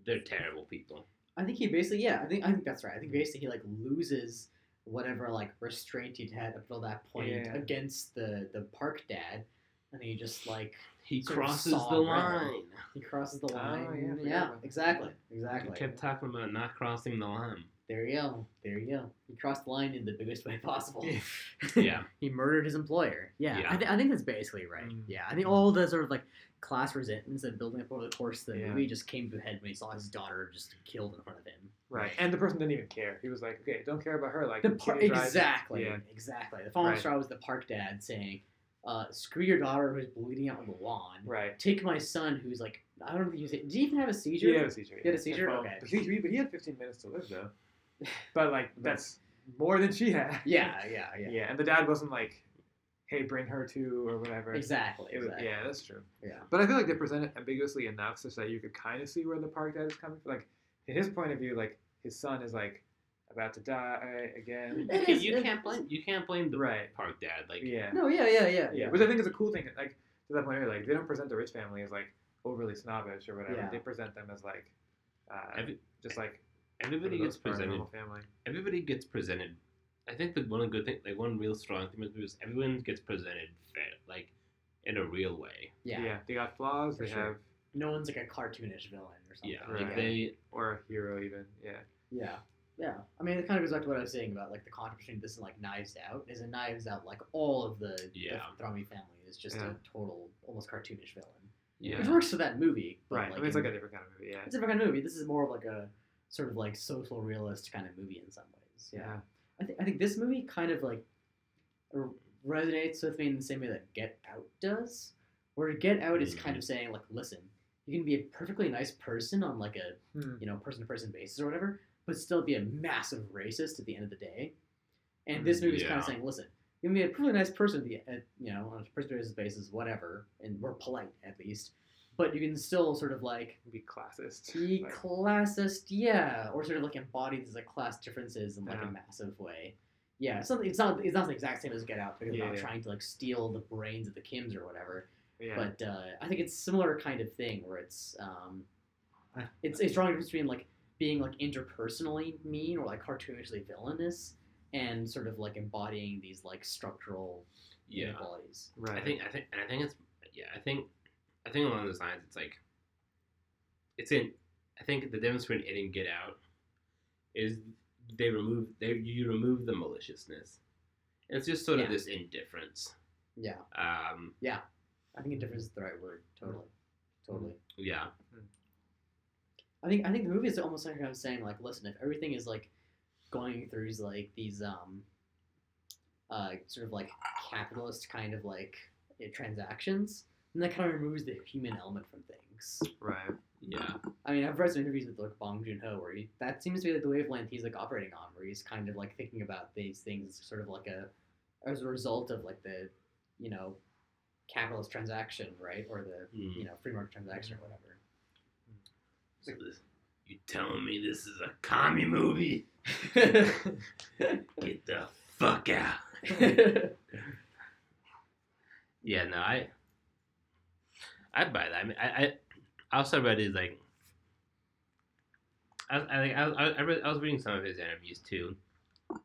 S3: they're terrible people.
S4: I think he basically, yeah, I think I think that's right. I think basically he like loses whatever like restraint he'd had up until that point
S2: Yeah.
S4: against the the park dad, and he just like
S3: He
S4: Sort of
S3: crosses
S4: saw
S3: the
S4: red.
S3: line.
S4: he crosses the
S2: Oh,
S4: line.
S2: yeah, I forgot about that.
S4: exactly,
S3: He
S4: exactly.
S3: kept talking about not crossing the
S4: [LAUGHS]
S3: line.
S4: There you go, there you go. He crossed the line in the biggest way [LAUGHS] possible.
S2: Yeah.
S3: Yeah.
S4: he murdered his employer. Yeah,
S3: Yeah.
S4: I, th- I think that's basically right.
S2: Mm.
S4: Yeah, I think all the sort of like class resentments and building up over the course of the
S2: Yeah.
S4: movie just came to a head when he saw his daughter just killed in front of him.
S2: right. And the person didn't even care. He was like, okay, don't care about her. Like
S4: The
S2: she
S4: par-
S2: drives-
S4: exactly,
S2: Yeah.
S4: exactly. The final
S2: Right.
S4: straw was the park dad saying, uh, "Screw your daughter who's bleeding out on the lawn.
S2: Right. Did
S4: Take my son who's like, I don't think he was. Did he even have a seizure?
S2: He had a seizure.
S4: He had a
S2: yeah.
S4: seizure?
S2: Well,
S4: Okay.
S2: But he, but he had 15 minutes to live
S4: [LAUGHS]
S2: though. But like that's more than she had.
S4: yeah, yeah, yeah,
S2: Yeah. and the dad wasn't like, "Hey, bring her to" or whatever.
S4: Exactly,
S2: It was,
S4: exactly.
S2: yeah, that's true.
S4: Yeah.
S2: But I feel like they present it ambiguously enough such that you could kind of see where the park dad is coming from. Like, in his point of view, like his son is like about to die
S4: [LAUGHS]
S2: again.
S4: It
S3: You-
S4: is-
S3: you
S4: it
S3: can't
S4: is-
S3: blame you can't blame the
S2: Right.
S3: park dad. Like
S2: Yeah.
S4: No, yeah, yeah, yeah,
S2: Yeah. Which I think is a cool thing. Like to that point, where, like they don't present the rich family as like overly snobbish or whatever.
S4: Yeah.
S2: They present them as like, uh,
S3: Every-
S2: just like
S3: everybody
S2: for the
S3: gets
S2: most part, a
S3: presented
S2: normal family.
S3: everybody gets presented I think the one good thing like one real strong thing is everyone gets presented fair like in a real way.
S4: yeah.
S2: They got flaws.
S4: For
S2: they
S4: sure.
S2: have
S4: No one's like a cartoonish villain or something.
S3: Yeah.
S2: Right.
S3: Like they
S2: or a hero even. Yeah.
S4: Yeah. Yeah. I mean, it kind of goes back to what I was saying about like the contrast between this and like Knives Out. Is in Knives Out like all of the,
S3: Yeah.
S4: the Thrommy family is just
S2: Yeah.
S4: a total, almost cartoonish villain,
S3: yeah.
S4: which works for that movie. But,
S2: Right.
S4: Like,
S2: I mean, it's like
S4: in-
S2: a different kind of movie. Yeah.
S4: it's a different kind of movie. This is more of like a sort of like social realist kind of movie in some ways. Yeah,
S2: Yeah.
S4: I think I think this movie kind of like r- resonates with me in the same way that Get Out does, where Get Out is kind of saying like, listen, you can be a perfectly nice person on like a
S2: Hmm.
S4: you know, person to person basis or whatever, but still be a massive racist at the end of the day. And this movie's kind
S3: Yeah.
S4: of saying, listen, you can be a pretty nice person, at the, at, you know, on a person to person basis, whatever, and we're polite at least, but you can still sort of like
S2: Be classist.
S4: be
S2: Like,
S4: classist, yeah, or sort of like embody these like class differences in like
S2: Yeah.
S4: a massive way. Yeah, it's not, it's not it's not the exact same as Get Out because
S2: Yeah,
S4: they're not
S2: yeah.
S4: trying to like steal the brains of the Kims or whatever
S2: yeah.
S4: but uh, I think it's similar kind of thing where it's um, it's it's drawing a difference between like being like interpersonally mean or like cartoonishly villainous and sort of like embodying these like structural
S3: Yeah.
S4: inequalities.
S2: right.
S3: I think I think and I think it's yeah, I think I think along those lines it's like it's in I think the difference between it and get out is they remove they you remove the maliciousness. And it's just sort of
S4: Yeah.
S3: this indifference.
S4: Yeah,
S3: Um
S4: I think indifference is the right word.
S2: Mm-hmm.
S4: Totally, totally.
S3: yeah.
S4: I think I think the movie is almost like I'm saying like listen, if everything is like going through these like these um uh sort of like capitalist kind of like eh, transactions, then that kind of removes the human element from things.
S2: right.
S3: Yeah.
S4: I mean, I've read some interviews with like Bong Joon Ho where he, that seems to be like the wavelength he's like operating on, where he's kind of like thinking about these things as sort of like a as a result of like the you know capitalist transaction, right, or the
S3: Mm.
S4: you know free market transaction or whatever. [LAUGHS]
S3: So this, you telling me this is a commie movie? Get the fuck out. Yeah, no, I I buy that. I mean, I, I also read his like I I think I I, I, read, I was reading some of his interviews too, and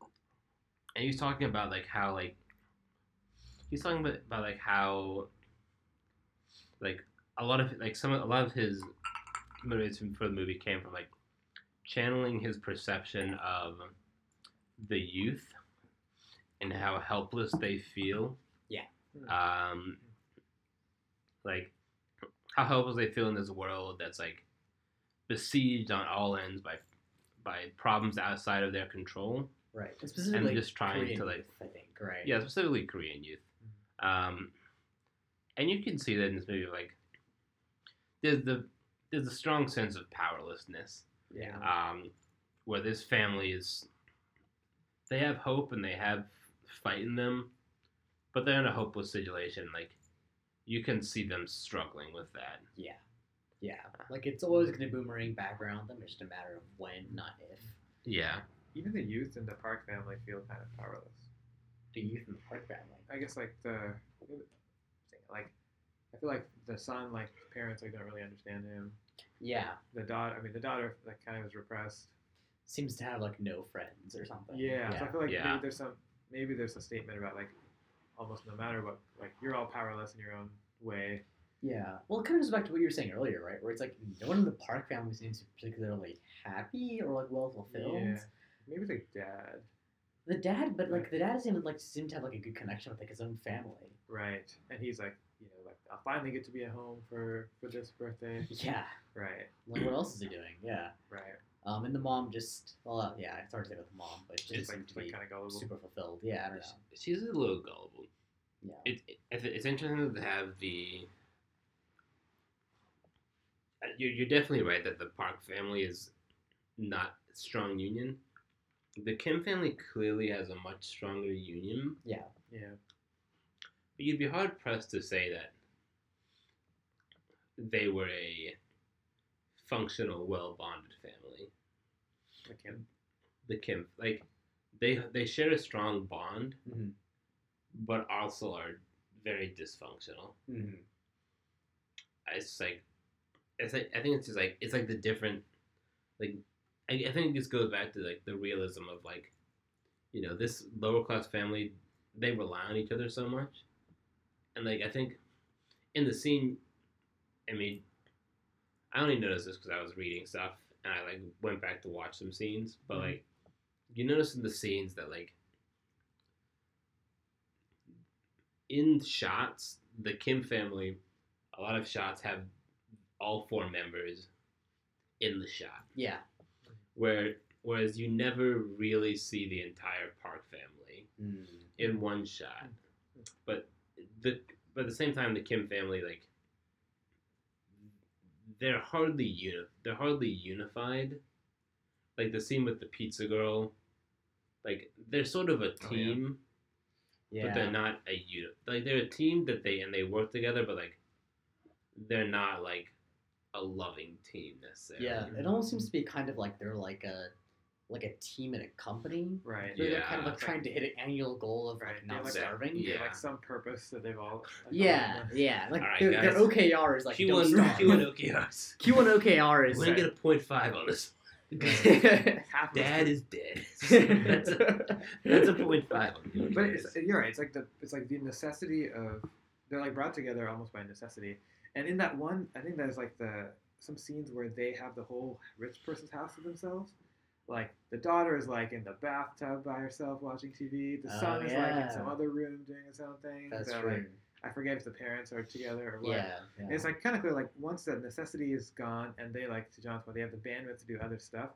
S3: he was talking about like how like he was talking about, about like how like a lot of like some of- a lot of his motivation for the movie came from like channeling his perception of the youth and how helpless they feel um, like how helpless they feel in this world that's like besieged on all ends by by problems outside of their control.
S4: right, and specifically
S3: And just trying
S4: Korean
S3: to, like-
S4: youth, I think right.
S3: Yeah, specifically Korean youth. Um, and you can see that in this movie. Like, there's the there's a strong sense of powerlessness,
S4: yeah,
S3: um, where this family is. They have hope and they have fight in them, but they're in a hopeless situation. Like, you can see them struggling with that.
S4: yeah, yeah. Like it's always going to boomerang background them. It's just a matter of when, not if.
S3: Yeah.
S2: Even the youth in the Park family feel kind of powerless.
S4: The youth in the Park family.
S2: I guess like the like I feel like the son like parents like don't really understand him.
S4: Yeah,
S2: The daughter, I mean the daughter like kind of is repressed.
S4: seems to have like no friends or something.
S2: Yeah, so I feel like
S3: Yeah.
S2: maybe there's some maybe there's a statement about like almost no matter what like you're all powerless in your own way.
S4: Yeah. Well, it kind of goes back to what you were saying earlier, right? Where it's like no one in the Park family seems particularly happy or like well fulfilled.
S2: Yeah. Maybe the dad,
S4: The dad, but like the dad doesn't even like seem to have like a good connection with like his own family.
S2: right? And he's like, you know, like I'll finally get to be at home for for this birthday.
S4: [LAUGHS] Yeah.
S2: Right,
S4: Like what else is he doing? Yeah.
S2: right.
S4: Um, and the mom just well, uh, yeah, it's hard to say about the mom, but she
S2: It's
S4: just
S2: like,
S4: seemed
S2: it's
S4: to be
S2: like kind of gullible.
S4: super fulfilled. Yeah, I don't know.
S3: She's a little gullible.
S4: Yeah.
S3: It, it, it's interesting to have the. uh, You're, you're definitely right that the Park family is not a strong union. The Kim family clearly has a much stronger union,
S2: Yeah,
S3: but you'd be hard pressed to say that they were a functional, well bonded family.
S2: like him.
S3: The Kim, like, they they share a strong bond,
S4: Mhm.
S3: but also are very dysfunctional.
S4: hmm
S3: it's just like it's like I think it's just like it's like the different like I, I think this goes back to like the realism of like you know this lower class family they rely on each other so much and like I think in the scene I mean I only noticed this because I was reading stuff and I like went back to watch some scenes but
S2: Mhm.
S3: like you notice in the scenes that like in shots the Kim family a lot of shots have all four members in the shot,
S4: Yeah.
S3: where whereas you never really see the entire Park family
S4: Mm.
S3: in one shot. But the but at the same time, the Kim family like they're hardly uni- they're hardly unified. Like the scene with the pizza girl, like they're sort of a
S2: yeah.
S3: team.
S4: Yeah.
S3: but they're not a unit. Like they're a team that they and they work together, but like they're not like a loving team necessarily.
S4: yeah. It almost seems to be kind of like they're like a like a team in a company.
S2: Right.
S4: They're like kind of
S3: Yeah.
S4: like trying to hit an annual goal of like
S2: Right,
S4: not
S2: yeah, like-
S4: starving.
S3: Yeah.
S2: Like some purpose that they've all.
S4: Yeah, [LAUGHS] yeah. Like
S3: All right,
S4: their, their
S3: guys.
S4: OKR is like
S3: Q
S4: don't
S3: one
S2: [LAUGHS]
S4: starve.
S3: Q one
S4: [LAUGHS]
S3: OKRs.
S4: Q1 OKR
S3: We're
S4: is
S3: gonna get a point five on this.
S2: Half of
S3: [LAUGHS]
S2: [LAUGHS]
S3: Dad
S2: it.
S3: is dead. that's, a,
S2: [LAUGHS]
S3: that's a point five. On Q1
S2: But it's,
S3: OKRs.
S2: you're right. It's like the it's like the necessity of they're like brought together almost by necessity. And in that one, I think there's like the some scenes where they have the whole rich person's house to themselves. Like the daughter is like in the bathtub by herself watching TV. The
S4: Oh,
S2: son is like
S4: yeah.
S2: in some other room doing his own thing.
S4: That's
S2: so,
S4: true.
S2: Like, I forget if the parents are together or what.
S4: Yeah, yeah.
S2: And it's like kind of clear like once the necessity is gone and they like to John's point they have the bandwidth to do other stuff.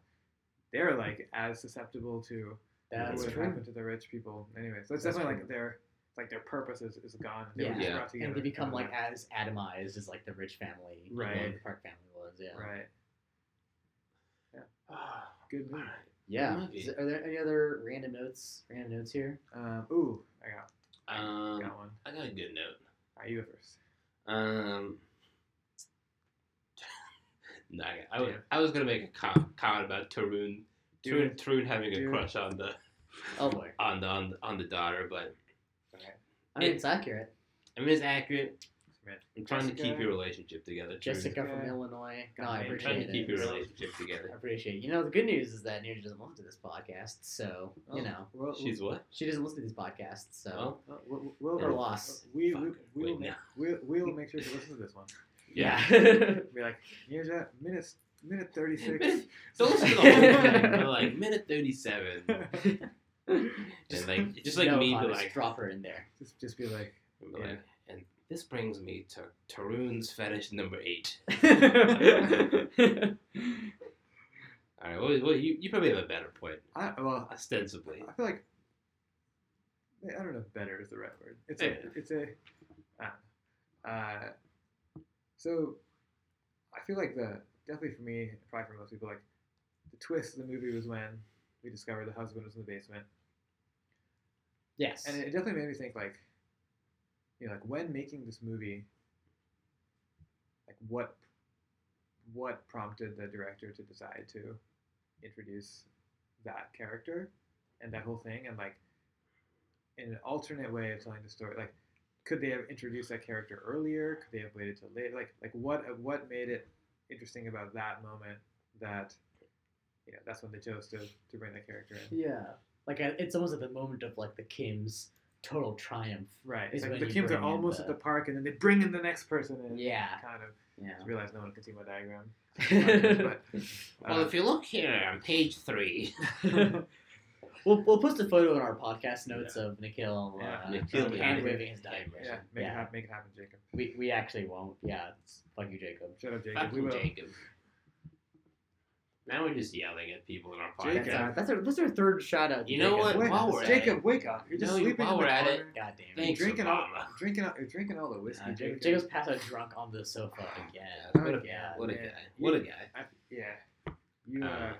S2: They're like as susceptible to
S4: that's
S2: what
S3: would
S4: true.
S2: happened to the rich people anyway. So it's
S4: That's
S2: definitely
S4: true.
S2: like their like their purpose is, is gone. They were
S4: Yeah.
S2: just
S3: Yeah.
S2: brought together
S4: And they become
S2: kinda
S4: like as atomized as like the rich family, you know,
S2: Right.
S4: the Park family was. Yeah,
S2: right.
S3: Ah,
S2: Good
S3: all
S2: move.
S3: right.
S4: yeah.
S3: Might be.
S4: Is there- are there any other random notes? Random notes here.
S2: Um, ooh, I got
S3: [SIGHS] Um,
S2: got one.
S3: I got a good note.
S2: All right, you go first.
S3: Um, [LAUGHS] no, I, got- I, was,
S2: Damn.
S3: I was gonna make a com- comment about Tarun,
S2: Do
S3: Tarun,
S2: it.
S3: Tarun having a
S2: Do it.
S3: crush on the
S4: Oh boy,
S3: on the on the, on the daughter, but
S4: I mean
S3: It-
S4: it's accurate.
S3: I mean it's accurate.
S2: Right.
S3: I'm trying to keep
S2: Jessica.
S3: your relationship together. Drew.
S4: Jessica from
S2: Yeah.
S4: Illinois. No,
S2: God,
S4: I
S2: I'm
S3: I'm trying
S4: appreciate
S3: to keep your
S4: it.
S3: relationship
S4: I
S3: together.
S4: appreciate. it. You know, the good news is that Nina doesn't listen to this podcast, so you
S2: Oh,
S4: know
S2: we'll,
S3: She's what?
S4: she doesn't listen to these podcasts. So
S3: Oh,
S2: we'll, we'll, we'll,
S4: we're
S2: we'll,
S4: lost.
S2: we,
S3: Fuck.
S2: we, we, will
S3: Wait,
S2: make,
S3: no.
S2: we'll, we'll make sure she listens to this one.
S3: yeah. [LAUGHS]
S4: [LAUGHS]
S2: Be like, here's that minute minute thirty six.
S3: Minute- Don't
S2: [LAUGHS]
S3: listen to the whole [LAUGHS] thing. We're like minute [LAUGHS] thirty-seven, and like just like
S4: no
S3: me, but
S4: comments,
S3: like,
S4: drop her
S3: [LAUGHS]
S4: in there. [LAUGHS]
S2: just just be like,
S3: and be like, and this brings me to Tarun's fetish number eight. All right, well, well you, you probably have a better point,
S2: I well,
S3: ostensibly.
S2: I feel like I don't know if better is the right word. It's a
S3: Yeah.
S2: it's a I don't know. uh, so I feel like the definitely for me, probably for most people, like the twist of the movie was when we discovered the husband was in the basement.
S4: Yes.
S2: And it definitely made me think like you know, like when making this movie like what what prompted the director to decide to introduce that character and that whole thing and like in an alternate way of telling the story like could they have introduced that character earlier could they have waited till later like like what what made it interesting about that moment that you know that's when they chose to, to bring that character in
S4: yeah. Like I, it's almost at the moment of like the Kim's total triumph.
S2: Right. It's
S4: is
S2: like
S4: when
S2: the
S4: you
S2: Kims
S4: bring
S2: are
S4: in
S2: almost at
S4: the-
S2: the park, and then they bring in the next person, and
S4: Yeah.
S2: kind of
S4: Yeah.
S2: just realize no one can see my
S3: [LAUGHS]
S2: diagram.
S4: we'll,
S2: but,
S3: Well,
S2: uh,
S3: if you look here on page three, [LAUGHS]
S4: we'll post a photo in our podcast notes of Nikhil,
S2: Yeah.
S4: uh,
S3: Nikhil
S4: hand
S3: behind
S4: waving his
S3: diagram.
S4: diagram.
S2: yeah, make it happen. Make it happen, Jacob.
S4: We, we actually won't. Yeah, it's fuck you, Jacob.
S2: Shut up, Jacob. We
S3: fucking
S2: will.
S3: Jacob. Now we're just yelling at people in our
S2: Jacob.
S4: That's
S3: podcast.
S4: our, that's our, that's our third shout out. to
S3: You know
S4: Jacob.
S3: But what?
S2: Wait,
S3: while we're at
S2: Jacob,
S3: it-
S2: wake up! You're just
S3: No, you-
S2: sleeping
S3: while
S2: in the
S3: we're at it,
S2: corner.
S4: God damn it.
S3: Thanks,
S2: drinking all-
S3: Obama.
S2: Drinking all, you're drinking all the whiskey,
S4: Uh, Jacob-
S2: Jacob.
S4: Jacob's passed out drunk on the sofa again.
S3: Oh, Yeah, what a,
S4: Yeah,
S3: what a
S2: man.
S3: guy. What a guy.
S2: I, yeah, you uh,
S3: Uh,
S2: man,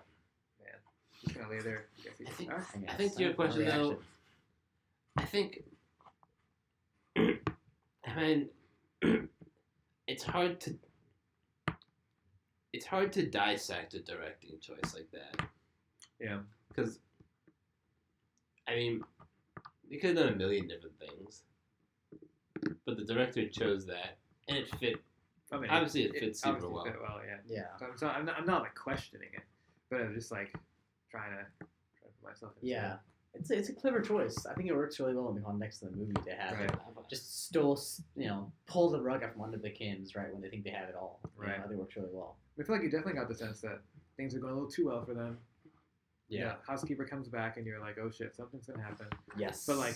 S2: just gonna lay there. I guess
S3: I
S2: he's-
S3: think,
S2: huh?
S4: I
S3: I
S4: guess.
S3: think to your
S4: Some
S3: question, though,
S4: reaction.
S3: I [CLEARS THROAT] think, I mean, [CLEARS THROAT] it's hard to, it's hard to dissect a directing choice like that.
S2: Yeah.
S3: Because, I mean, they could have done a million different things, but the director chose that, and it fit.
S2: I mean,
S3: Obviously, it fits super
S2: obviously
S3: well.
S2: Fit well, yeah.
S4: Yeah.
S2: So I'm, so I'm, not, I'm not like questioning it, but I'm just like trying to, trying to put myself. in his
S4: Yeah. It's a, it's a clever choice. I think it works really well in the context of the movie to have
S2: Right.
S4: it just still, s- you know, pull the rug out from under the Kims, right, when they think they have it all. You know,
S2: Right.
S4: I think it works really well.
S2: I feel like you definitely got the sense that things are going a little too well for them. You know, housekeeper comes back and you're like, oh shit, something's gonna happen.
S4: Yes.
S2: But, like,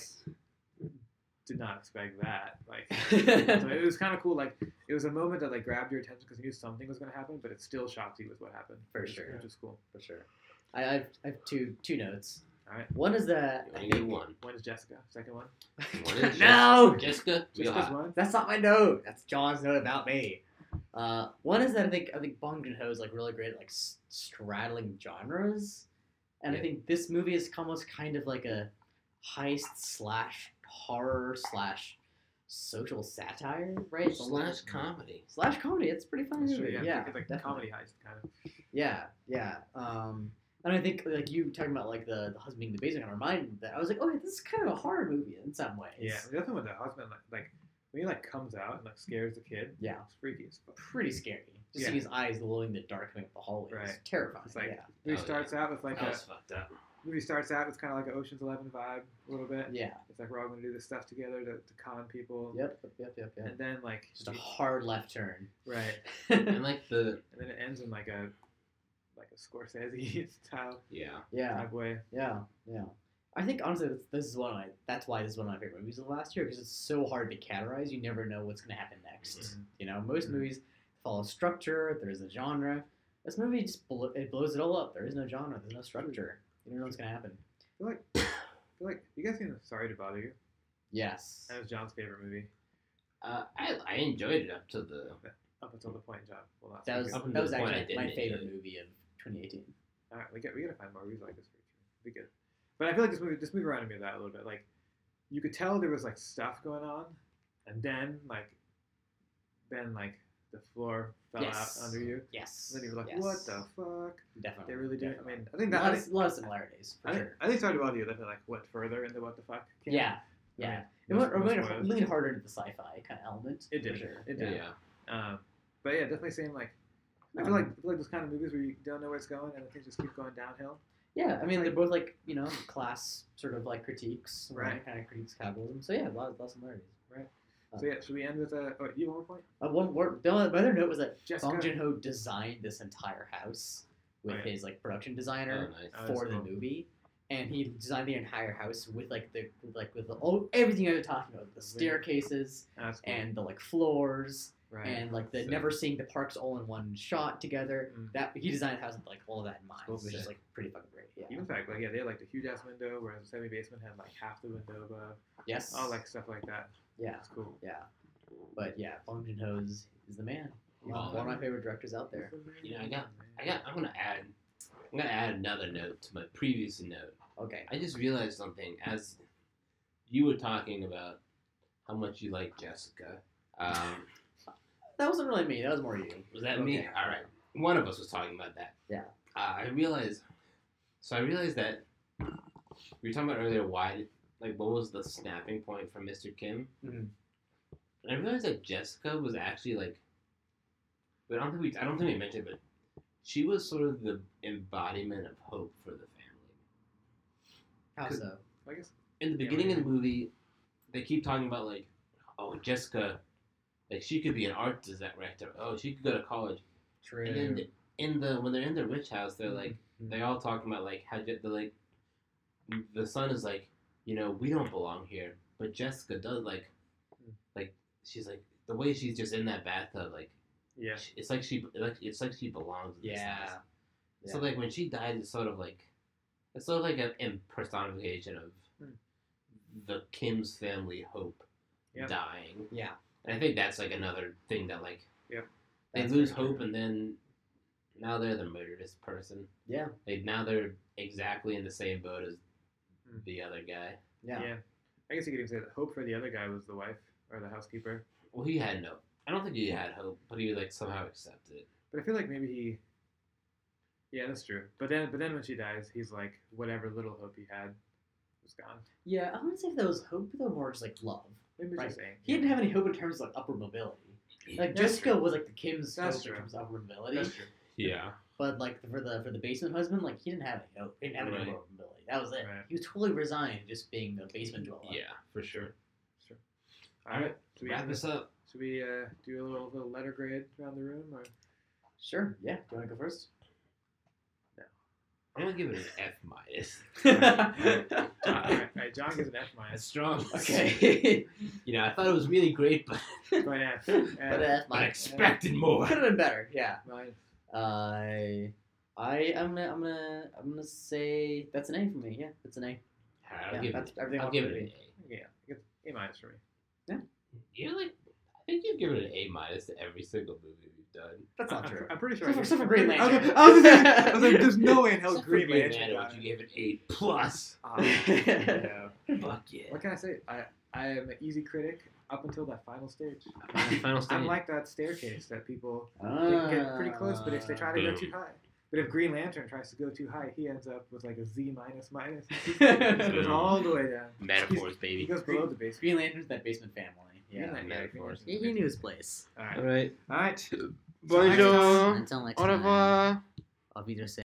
S2: Did not expect that.
S4: [LAUGHS]
S2: Like, so
S4: like,
S2: it was kind of cool. Like, it was a moment that like grabbed your attention because you knew something was gonna happen, but it still shocked you with what happened.
S4: For
S2: which,
S4: sure.
S2: Which is cool.
S4: [LAUGHS] for sure. I, I, have, I have two two notes.
S2: Alright.
S4: One is that
S3: You
S4: I
S3: only need
S4: think-
S3: one.
S2: When is Jessica? Second one.
S3: One is
S4: no,
S3: Jessica, we
S2: Jessica's
S3: hot.
S2: one.
S4: that's not my note. That's John's note about me. Uh, one is that I think I think Bong Joon Ho is like really great at like s- straddling genres, and I
S5: Yeah.
S4: think this movie is almost kind of like a heist slash horror slash social satire, right? It's a little-
S3: Slash comedy.
S4: slash comedy. It's a pretty funny
S2: That's true,
S4: movie.
S2: yeah, I
S4: Oh, yeah
S2: think it's like
S4: definitely.
S2: comedy heist kind of.
S4: Yeah, yeah. Um, and I think like you talking about like the, the husband being the basement, I reminded me of that I was like, oh, this is kind of a horror movie in some ways.
S2: Yeah, definitely when the husband like, like when he like comes out and like scares the kid.
S4: Yeah.
S2: it's freaky as fuck.
S4: pretty scary. Just
S2: Yeah.
S4: seeing his eyes glowing in the dark coming up the hallway is
S2: Right.
S4: terrifying.
S2: It's like-
S4: yeah,
S2: Movie
S3: Oh,
S2: starts out with like
S3: That
S2: a
S3: was fucked up.
S2: movie starts out with kind of like an Ocean's Eleven vibe a little bit.
S4: yeah.
S2: It's like we're all gonna do this stuff together to, to con people.
S4: Yep, yep, yep, yep, yep.
S2: And then like
S4: Just a hard left turn.
S2: right,
S3: And like the
S2: and then it ends in like a like a Scorsese [LAUGHS] style
S5: Yeah.
S4: yeah,
S2: type way.
S4: yeah, yeah. I think honestly, this, this is one of my. That's why this is one of my favorite movies of last year because it's so hard to categorize. You never know what's going to happen next.
S2: Mhm.
S4: You know, most
S2: Mhm.
S4: movies follow structure. There's a genre. This movie just blo- it blows it all up. There is no genre. There's no structure. You don't know what's going to happen.
S2: I feel
S4: [COUGHS]
S2: like I feel like you guys seen Sorry to Bother You?
S4: Yes.
S2: That was John's favorite movie
S3: uh, I I enjoyed it up to the
S2: up until the point John will not.
S4: That
S2: speak
S4: was
S2: of.
S3: Up until
S4: that was
S3: the point, I
S4: actually
S3: didn't
S4: my
S3: enjoy
S4: favorite
S3: it.
S4: movie of 2018.
S2: All right, we got we gotta find more movies like this for you. Be good. But I feel like this movie this movie reminded me of that a little bit. Like you could tell there was like stuff going on, and then like then like the floor fell
S4: Yes.
S2: out under you.
S4: Yes.
S2: And then you were like,
S4: yes.
S2: what the fuck?
S4: Definitely.
S3: Oh,
S2: They really did. I
S4: definitely.
S2: mean, I think that I
S4: lot,
S2: think,
S4: of, lot of similarities for
S2: I think,
S4: sure.
S2: I think Sorry to Bother You definitely like went further into what the fuck. camp.
S4: Yeah.
S2: I mean,
S4: Yeah. It
S2: most-
S4: went, it
S2: most
S4: went
S2: spoilers.
S4: leaned harder into the sci-fi kind of element.
S2: It did.
S4: for Sure.
S2: It
S5: Yeah.
S2: did.
S3: uh,
S2: Um, but yeah, definitely same like. I
S3: Hmm.
S2: feel like I feel like those kind of movies where you don't know where it's going and things just keep going downhill.
S4: Yeah, I mean,
S2: Like-
S4: they're both like you know class sort of like critiques, right?
S2: Right.
S4: Kind of critiques capitalism. So yeah, a lot, lot of similarities.
S2: So yeah, should we end with a? Oh, you have one more point?
S4: Uh, one word, the only- my other note was that
S2: Jessica.
S4: Bong Joon Ho designed this entire house with
S2: Right.
S4: his like production
S3: oh,
S4: designer
S3: nice.
S2: Oh,
S4: for
S2: that's
S4: the
S2: cool.
S4: movie, and he designed the entire house with like the like with the, all, everything I was talking about, the staircases
S2: Uh, That's cool.
S4: and the like floors
S2: right.
S4: and like the
S5: So-
S4: never seeing the parks all in one shot together.
S2: Mm.
S4: That he designed has like all that in mind,
S2: Cool
S4: which is
S2: vision.
S4: like pretty fucking great. Yeah.
S2: Even fact, like yeah, they had like the huge ass window, whereas the semi basement had like half the window above.
S4: Yes.
S2: All Oh, like stuff like that.
S4: yeah,
S2: It's cool.
S4: yeah. But yeah, Bong Joon Ho is, is the man. He's
S3: Wow.
S4: one of my favorite directors out there.
S3: You know, I got I'm gonna add I'm gonna add another note to my previous note.
S4: Okay.
S3: I just realized something as you were talking about how much you like Jessica. Um,
S4: That wasn't really me. That was more you.
S3: was that me?
S4: Okay.
S3: All right. One of us was talking about that.
S4: Yeah.
S3: Uh, I realized. So I realized that we were talking about earlier why, like, what was the snapping point for Mr. Kim?
S4: Mhm.
S3: And I realized that Jessica was actually like. But I don't think we. I don't think we mentioned, but she was sort of the embodiment of hope for the family.
S4: How
S3: Cause-
S4: so?
S2: I guess.
S3: in the
S2: Yeah,
S3: beginning
S2: we
S3: of the movie, they keep talking about like, oh Jessica, like she could be an art director. Oh, she could go to college.
S4: True.
S3: And then in the when they're in the rich house, they're like they all talking about like how Je- they're like the son is like you know we don't belong here, but Jessica does like like she's like the way she's just in that bathtub like
S2: Yeah.
S3: she- it's like she like it's like she belongs. In this
S4: yeah.
S3: house. So
S4: Yeah.
S3: like when she dies, it's sort of like it's sort of like a in personification of
S2: Hmm.
S3: the Kim's family hope
S2: Yeah.
S3: dying,
S4: Yeah.
S3: and I think that's like another thing that like
S2: Yep.
S3: they
S4: That's
S3: lose
S4: very true.
S3: hope, and then now they're the murderous person.
S4: Yeah.
S3: Like now they're exactly in the same boat as
S2: Hmm.
S3: the other guy.
S4: Yeah.
S2: I guess you could even say that hope for the other guy was the wife or the housekeeper.
S3: Well, he had no. I don't think he had hope, but he like somehow accepted it.
S2: But I feel like maybe he. Yeah, that's true. But then, but then when she dies, he's like whatever little hope he had was gone.
S4: Yeah. I wouldn't say if that was hope, though, more just like love.
S2: Maybe it's
S4: Right.
S2: just saying.
S4: He didn't have any hope in terms of like upper mobility. Like
S2: That's
S4: Jessica was like the Kim's
S2: That's
S4: hope
S2: true.
S4: in terms of upper mobility.
S2: That's true.
S3: Yeah.
S4: But like for the for the basement husband, like he didn't have any hope. He didn't have any
S3: Right.
S4: hope of ability. That was it.
S2: Right.
S4: He was totally resigned to just being the basement dweller.
S3: Yeah, for sure.
S2: Sure. All right. Should we,
S3: Wrap
S2: end this?
S3: this up.
S2: Should we uh, do a little, little letter grade around the room? Or
S4: Sure. Yeah. Do you want to go first?
S3: I'm gonna give it an F minus. [LAUGHS]
S2: All [LAUGHS] right, all right, John gives an F
S3: That's
S2: minus.
S3: strong.
S4: [LAUGHS]
S2: [LAUGHS]
S4: okay.
S3: You know, I thought it was really great, but
S2: Going F. F.
S4: but uh,
S3: I
S4: mine [LAUGHS]
S3: expected more.
S4: could have been better. Yeah.
S2: Mine.
S4: I I am gonna I'm gonna I'm gonna say that's an A for me. Yeah, that's an A.
S3: I'll
S4: yeah,
S3: give
S4: that's
S3: it.
S4: everything
S3: I'll
S4: off
S3: give
S4: the
S3: it an
S4: movie.
S3: A.
S2: Yeah, it's A minus for me.
S3: You know, like I think you've given an A minus to every single movie we've
S6: done.
S4: That's not
S2: I'm-
S4: true.
S2: I'm pretty sure. I
S4: Except for-
S2: did.
S4: except for Green
S2: I was,
S4: Lantern. [LAUGHS]
S2: like, I was gonna say, [LAUGHS] I was like, there's no way in hell
S6: Except for
S2: Green
S6: Green
S2: Lantern.
S6: Lantern,
S2: got
S6: which
S2: it.
S6: you gave an eight plus.
S2: Ah, yeah.
S6: Fuck yeah.
S2: What can I say? I I am an easy critic up until that final stage.
S6: Final
S2: I'm like that staircase that people they
S4: Ah.
S2: get pretty close, but if they try to go
S3: Boom.
S2: too high. But if Green Lantern tries to go too high, he ends up with like a Z minus
S4: [LAUGHS]
S2: minus. He goes
S3: Boom.
S2: all the way down.
S3: Metaphors,
S2: He
S3: baby.
S2: goes below the base.
S4: Green Lantern's that basement family.
S2: Green
S4: Yeah.
S2: Lantern, yeah, Green
S3: metaphors.
S4: He,
S2: Lantern's
S4: he knew his place.
S2: All right.
S3: All right.
S2: All right.
S3: Bonjour.
S4: Until next
S3: Au
S4: time.
S3: revoir.
S4: Auf Wiedersehen.